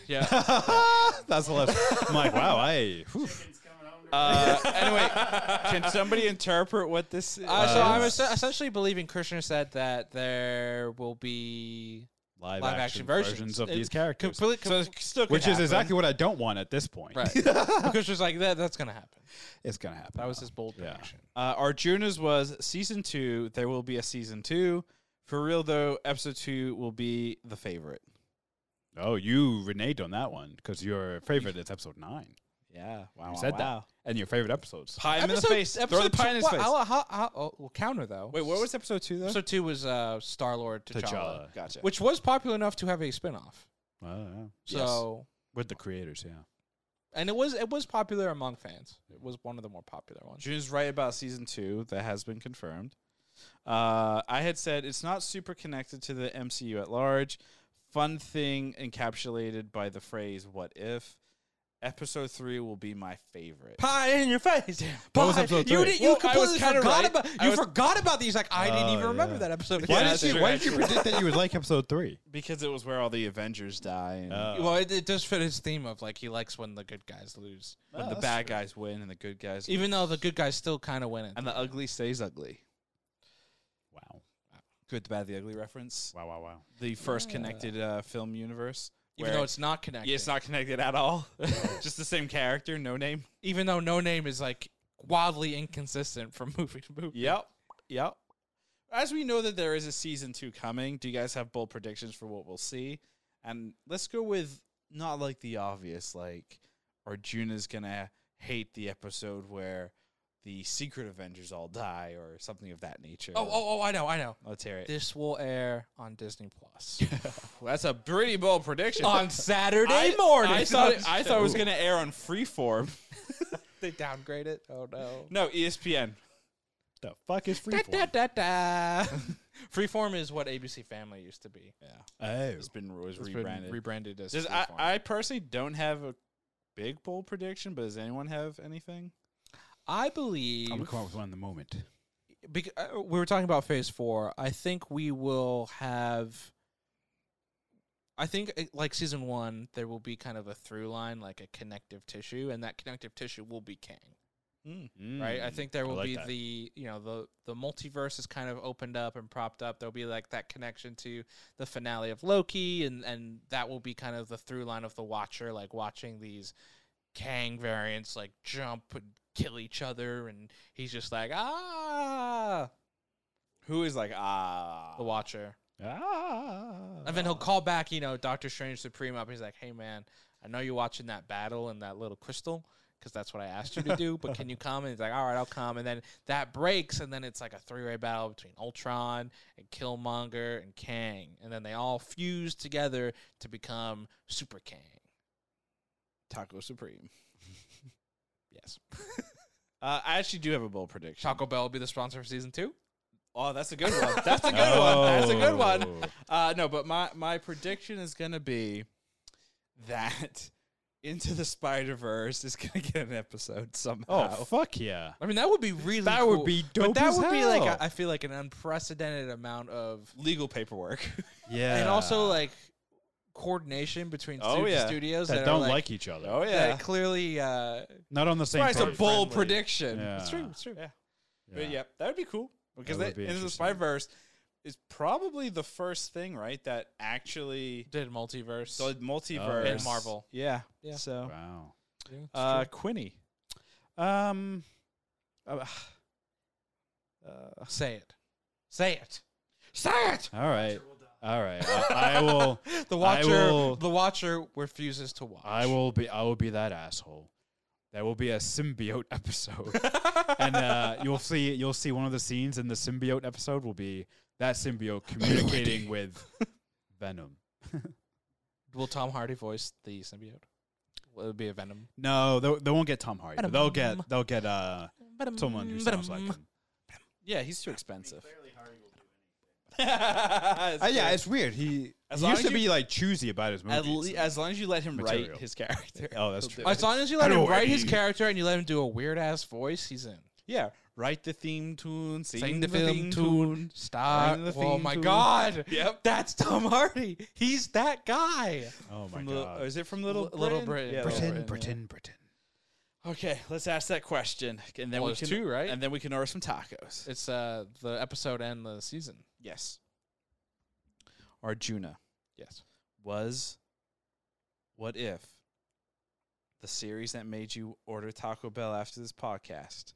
S1: Yeah.
S3: That's the last. I'm like, wow, I. whew.
S1: Uh, anyway, can somebody interpret what this is?
S2: Uh, so I'm es- essentially believing Krishna said that there will be
S3: Live,
S2: live
S3: action,
S2: action
S3: versions,
S2: versions.
S3: of
S2: It-
S3: these characters,
S2: completely,
S1: so it still could
S3: which is
S1: happen.
S3: exactly what I don't want at this point.
S2: right. Krishna's like that. That's gonna happen.
S3: It's gonna happen.
S2: That was his bold
S3: Yeah.
S2: prediction.
S1: Uh, Arjuna's was season two. There will be a season two. For real though, episode two will be the favorite.
S3: Oh, you reneged on that one because your favorite is episode nine.
S1: Yeah. Wow.
S3: You
S1: wow,
S3: said that.
S1: wow.
S3: And your favorite episodes.
S1: Pie him in the face. Throw the pie in his face.
S2: I'll, I'll- I'll- I'll- oh, we'll counter though.
S1: Wait, what was episode two though?
S2: Episode two was uh, Star Lord T'Challa,
S3: T'Challa.
S1: gotcha.
S2: which was popular enough to have a spinoff.
S3: Oh, yeah.
S1: Yes.
S2: So
S3: With the creators, yeah.
S2: and it was it was popular among fans. It was one of the more popular ones.
S1: June's right about season two. That has been confirmed. Uh, I had said it's not super connected to the MCU at large. Fun thing encapsulated by the phrase "What if." Episode three will be my favorite.
S2: Pie in your face. Pie.
S3: was episode
S2: you
S3: three?
S2: did, you
S1: Well, I was
S2: completely
S1: kinda
S2: forgot
S1: right.
S2: about
S1: I
S2: you
S1: was-
S2: forgot about these. Like I didn't
S3: Oh,
S2: even remember
S3: yeah.
S2: that episode.
S1: Yeah,
S3: Why
S1: that's
S3: did you
S1: true,
S3: Why
S1: that's
S3: did you
S1: true.
S3: predict that you would like episode three? Oh,
S1: because it was where all the Avengers die and
S2: Well, it, it does fit his theme of like he likes when the good guys lose,
S1: when the bad guys win and the good guys
S2: even though the good guys still kind of win it.
S1: and the ugly stays ugly.
S3: wow,
S1: Good, the bad, the ugly reference.
S3: wow, wow, wow.
S1: The first connected uh, film universe.
S2: even
S1: where-
S2: though it's not connected.
S1: yeah, it's not connected at all. Just the same character, no name.
S2: Even though No Name is like wildly inconsistent from movie to movie.
S1: Yep. Yep. As we know that there is a season two coming, do you guys have bold predictions for what we'll see? And let's go with not like the obvious, like Arjuna's gonna hate the episode where the secret Avengers all die or something of that nature.
S2: Oh, oh, oh! I know, I know.
S1: let's hear it.
S2: This will air on Disney Plus
S1: That's a pretty bold prediction.
S2: on Saturday
S1: I,
S2: morning.
S1: I thought it, I thought it was gonna air on Freeform.
S2: they downgrade it. Oh no!
S1: No, E ESPN.
S3: The fuck is free?
S2: Da, da, da, da. Freeform is what ABC Family used to be.
S1: Yeah,
S3: Oh,
S1: it's been it was
S2: It's been
S1: rebranded.
S2: rebranded as.
S1: Does I,
S2: Freeform.
S1: I personally don't have a big bold prediction, but does anyone have anything?
S2: I
S3: I'm
S2: believe
S3: gonna come up with one in the moment.
S2: bec- uh, we were talking about phase four. I think we will have. I think uh, like season one, there will be kind of a through line, like a connective tissue, and that connective tissue will be Kang. Mm. Right, I think there will
S3: Mm, like
S2: be
S3: that.
S2: the you know the the multiverse is kind of opened up and propped up. There'll be like that connection to the finale of Loki, and and that will be kind of the through line of the Watcher, like watching these Kang variants like jump and kill each other, and he's just like ah,
S1: Who is like ah?
S2: the Watcher.
S3: Mm. Ah.
S2: And then he'll call back, you know, Doctor Strange Supreme up. He's like, hey, man, I know you're watching that battle and that little crystal because that's what I asked you to do, but can you come? And he's like, all right, I'll come. And then that breaks, and then it's like a three way battle between Ultron and Killmonger and Kang. And then they all fuse together to become Super Kang.
S1: Taco Supreme.
S2: Yes.
S1: Uh, I actually do have a bold prediction.
S2: Taco Bell will be the sponsor for season two.
S1: Oh, that's a good one. That's a good one. That's a good one. Uh, no, but my my prediction is gonna be that Into the Spider Verse is gonna get an episode
S3: Oh,
S1: somehow.
S3: fuck yeah!
S2: I mean, that would be really
S3: That
S2: cool.
S3: would be dope.
S2: But that
S3: as
S2: would be like,
S3: hell.
S2: a, I feel like an unprecedented amount of
S1: Legal paperwork.
S3: yeah,
S2: and also like coordination between
S1: Oh,
S2: stu-
S1: yeah.
S2: studios
S3: that
S2: that,
S3: don't
S2: are,
S3: like, each other.
S1: oh
S2: that
S1: yeah,
S2: clearly uh
S3: Not on the same.
S1: that's a
S3: page.
S1: bold
S2: friendly.
S1: prediction.
S3: Yeah.
S2: it's true it's true
S1: Yeah. But yeah, that would be cool because
S3: would
S1: that
S3: be
S1: Into the
S3: interesting.
S1: Spider Verse is probably the first thing, right, that actually
S2: did multiverse
S1: the multiverse
S3: And
S2: Marvel.
S1: Yeah.
S2: Yeah.
S1: So,
S3: Oh. Wow.
S1: uh, Quinny.
S3: Um. uh,
S2: say it say it
S1: Say it.
S3: all right. All right. Uh, I, I will.
S2: the watcher
S3: will-
S2: the watcher refuses to watch
S3: I will be. I will be that asshole. There will be a symbiote episode, and uh, you'll see. You'll see one of the scenes in the symbiote episode will be that symbiote communicating with Venom.
S2: will tom hardy voice the symbiote Will it be a venom
S3: No, they, they won't get Tom Hardy. but they'll get. They'll get uh,
S2: Venom,
S3: someone who sounds like
S2: venom.
S3: him.
S1: Yeah, he's too expensive.
S3: Uh, yeah, it's weird. He,
S1: As
S3: he
S1: long
S3: used
S1: as
S3: to
S1: you-
S3: be like choosy about his movies.
S1: At le- as long as you let him
S3: Material.
S1: write his character.
S3: oh, that's
S1: He'll
S3: true.
S1: do it.
S2: as long as you
S3: I
S2: let
S3: know
S2: him
S3: what
S2: write
S3: he-
S2: his character and you let him do a weird ass voice he's in
S1: Yeah, write the theme tune, sing,
S2: Sing the film tune. Star.
S1: Sing the
S2: Oh
S1: theme
S2: my
S1: tune.
S2: God.
S1: Yep.
S2: That's Tom Hardy. He's that guy.
S3: Oh my
S1: From Li-
S3: god.
S1: oh, is it from Little
S2: Li- Little Britain.
S1: Yeah, Little
S2: Britain,
S1: yeah.
S3: Britain.
S1: Okay, let's ask that question, and then
S2: Well,
S1: we
S2: there's
S1: can
S2: two, right?
S1: and then we can order some tacos.
S2: It's uh the episode and the season.
S1: Yes. Arjuna
S2: Yes.
S1: was what if the series that made you order Taco Bell after this podcast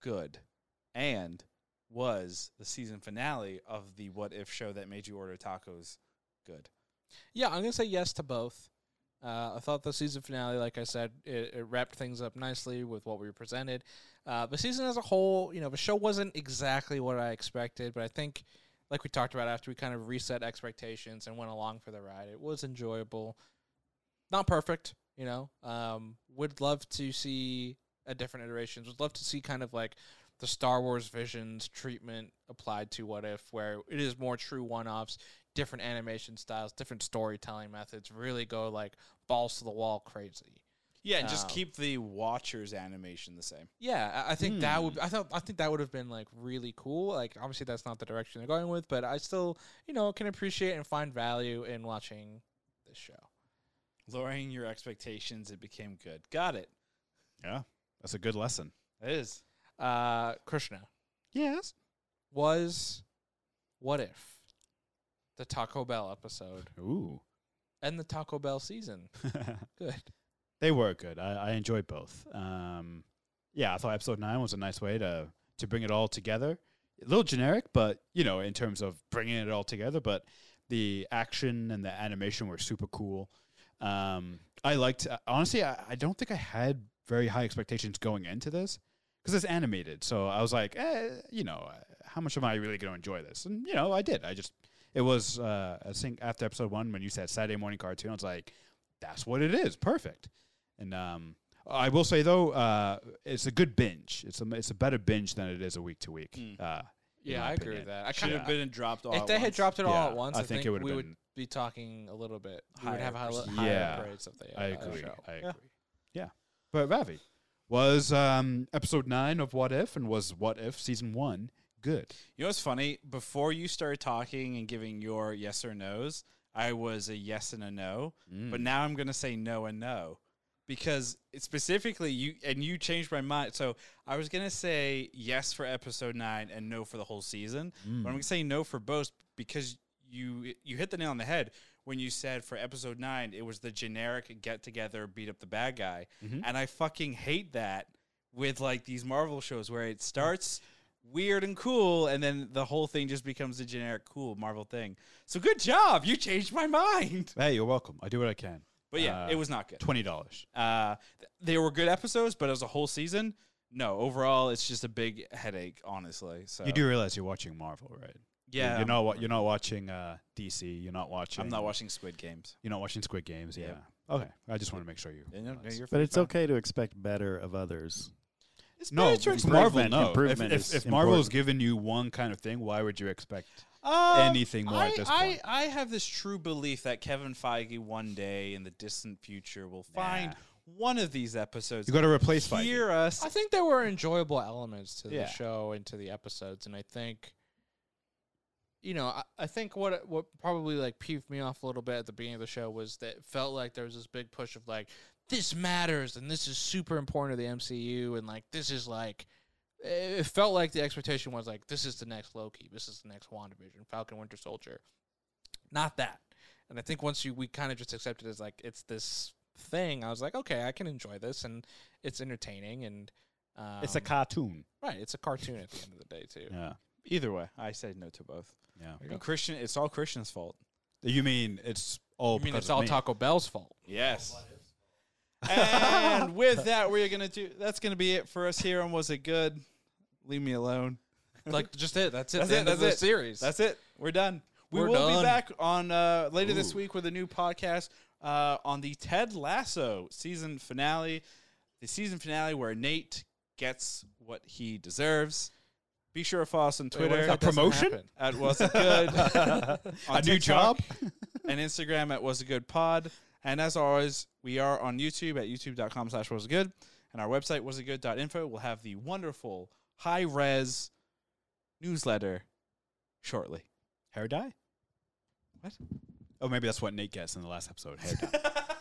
S1: good and was the season finale of the what if show that made you order tacos good.
S2: Yeah, I'm gonna say yes to both. Uh, I thought the season finale, like I said, it, it wrapped things up nicely with what we were presented. Uh, the season as a whole, you know, the show wasn't exactly what I expected, but I think, like we talked about after we kind of reset expectations and went along for the ride, it was enjoyable. Not perfect, you know. Um, would love to see a different iterations. Would love to see kind of like the Star Wars visions treatment applied to What If, where it is more true one-offs, different animation styles, different storytelling methods. Really go like balls to the wall crazy.
S1: Yeah, and just
S2: Um,
S1: keep the Watchers animation the same.
S2: Yeah, I, I think that would. I thought. I think that would have been like really cool. Like, obviously, that's not the direction they're going with, but I still, you know, can appreciate and find value in watching this show.
S1: Lowering your expectations, it became good. Got it.
S3: Yeah, that's a good lesson.
S1: It is.
S2: Uh, Krishna
S3: Yes.
S2: was, what if, the Taco Bell episode
S3: Ooh.
S2: and the Taco Bell season good?
S3: they were good. I, I enjoyed both. Um, yeah, I thought episode nine was a nice way to to bring it all together. A little generic, but you know, in terms of bringing it all together. But the action and the animation were super cool. Um, I liked. Honestly, I, I don't think I had very high expectations going into this because it's animated. So I was like, eh, you know, how much am I really going to enjoy this? And you know, I did. I just it was. Uh, I think after episode one, when you said Saturday morning cartoon, I was like, that's what it is. Perfect. And um, I will say though, uh, it's a good binge. It's a it's a better binge than it is a week to week.
S1: Mm.
S3: Uh, in
S2: Yeah,
S3: my
S2: I agree
S3: opinion.
S2: with that. I
S1: Should
S2: kind
S1: have
S2: of
S3: Yeah.
S1: been dropped all
S2: if
S1: at
S2: they had
S1: once.
S2: dropped it all
S3: Yeah,
S2: at once,
S3: I
S2: I,
S3: think
S2: think,
S3: it would've
S2: we would
S3: been-
S2: be talking a little bit. we
S1: Higher
S2: would have a high,
S1: percent.
S2: higher
S3: Yeah.
S2: grades of the
S3: I
S2: uh,
S3: agree.
S2: show.
S3: I agree.
S2: Yeah.
S3: Yeah. But Ravi, was um, episode nine of What If and was What If season one good?
S1: You know what's funny? Before you started talking and giving your yes or no's, I was a yes and a no.
S3: Mm. Hmm.
S1: But now I'm going to say no and no because it specifically you and you changed my mind. So I was going to say yes for episode 9 and no for the whole season.
S3: Mm-hmm.
S1: But I'm
S3: Mm.
S1: going to say no for both because you you hit the nail on the head when you said for episode 9 it was the generic get together beat up the bad guy.
S3: Mm-hmm.
S1: And I fucking hate that with like these Marvel shows where it starts weird and cool and then the whole thing just becomes a generic cool Marvel thing. So good job. You changed my mind.
S3: Hey, you're welcome. I do what I can.
S1: But yeah,
S3: Uh,
S1: it was not good.
S3: Twenty dollars.
S1: Uh, th- there were good episodes, but as a whole season, no. Overall, it's just a big headache, honestly. So
S3: You do realize you're watching Marvel, right?
S1: yeah.
S3: You're not. wa- You're not watching uh, DC. You're not watching.
S1: I'm not watching Squid Games.
S3: You're not watching Squid Games. Yeah.
S1: Yep.
S3: Okay. I just want to make sure you. realize.
S4: But it's okay to expect better of others.
S1: It's
S3: No,
S1: better to
S3: Marvel.
S4: improvement-
S3: No,
S4: improvement
S3: if,
S4: is
S3: if, if Marvel's
S4: important.
S3: given you one kind of thing, why would you expect?
S1: Um,
S3: anything more
S1: I,
S3: at this
S1: I,
S3: point.
S1: I have this true belief that Kevin Feige one day in the distant future will find one of these episodes.
S3: You got to replace Feige.
S1: hear us.
S2: I think there were enjoyable elements to
S3: Yeah.
S2: the show and to the episodes, and I think, you know, I, I think what what probably like peeved me off a little bit at the beginning of the show was that it felt like there was this big push of like this matters and this is super important to the MCU and like this is like it it felt like the expectation was like this is the next Loki, this is the next WandaVision, Falcon Winter Soldier. Not that. And I think once you we kind of just accepted it as like it's this thing, I was like, okay, I can enjoy this and it's entertaining and um,
S3: It's a cartoon.
S2: right, it's a cartoon at the end of the day too.
S3: Yeah.
S1: Either way, I said no to both.
S3: Yeah.
S1: And Christian, it's all Christian's fault.
S3: You mean it's all?
S2: I mean,
S3: because
S2: it's
S3: of
S2: all
S3: me.
S2: Taco Bell's fault.
S1: Yes. and with that, we're gonna do. That's gonna be it for us here on Was It Good. Leave me alone.
S2: Like just it. That's it.
S1: That's
S2: the
S1: it,
S2: end of
S1: that's
S2: the
S1: it.
S2: series.
S1: That's it. We're done. We
S2: We're
S1: will be
S2: done.
S1: back on uh, later this week with a new podcast uh, on the Ted Lasso season finale. The season finale where Nate gets what he deserves. Be sure to follow us on
S2: Wait, what
S1: Twitter
S2: if that doesn't
S3: promotion?
S2: happen?
S1: at Was It Good. on
S3: A new
S1: TikTok
S3: job.
S1: and Instagram at was a good pod. And as always, we are on YouTube at youtube.com slash was a good. And our website was a good.info will have the wonderful high res newsletter shortly.
S3: Hair dye.
S1: What?
S3: Oh, maybe that's what Nate gets in the last episode. Hair dye.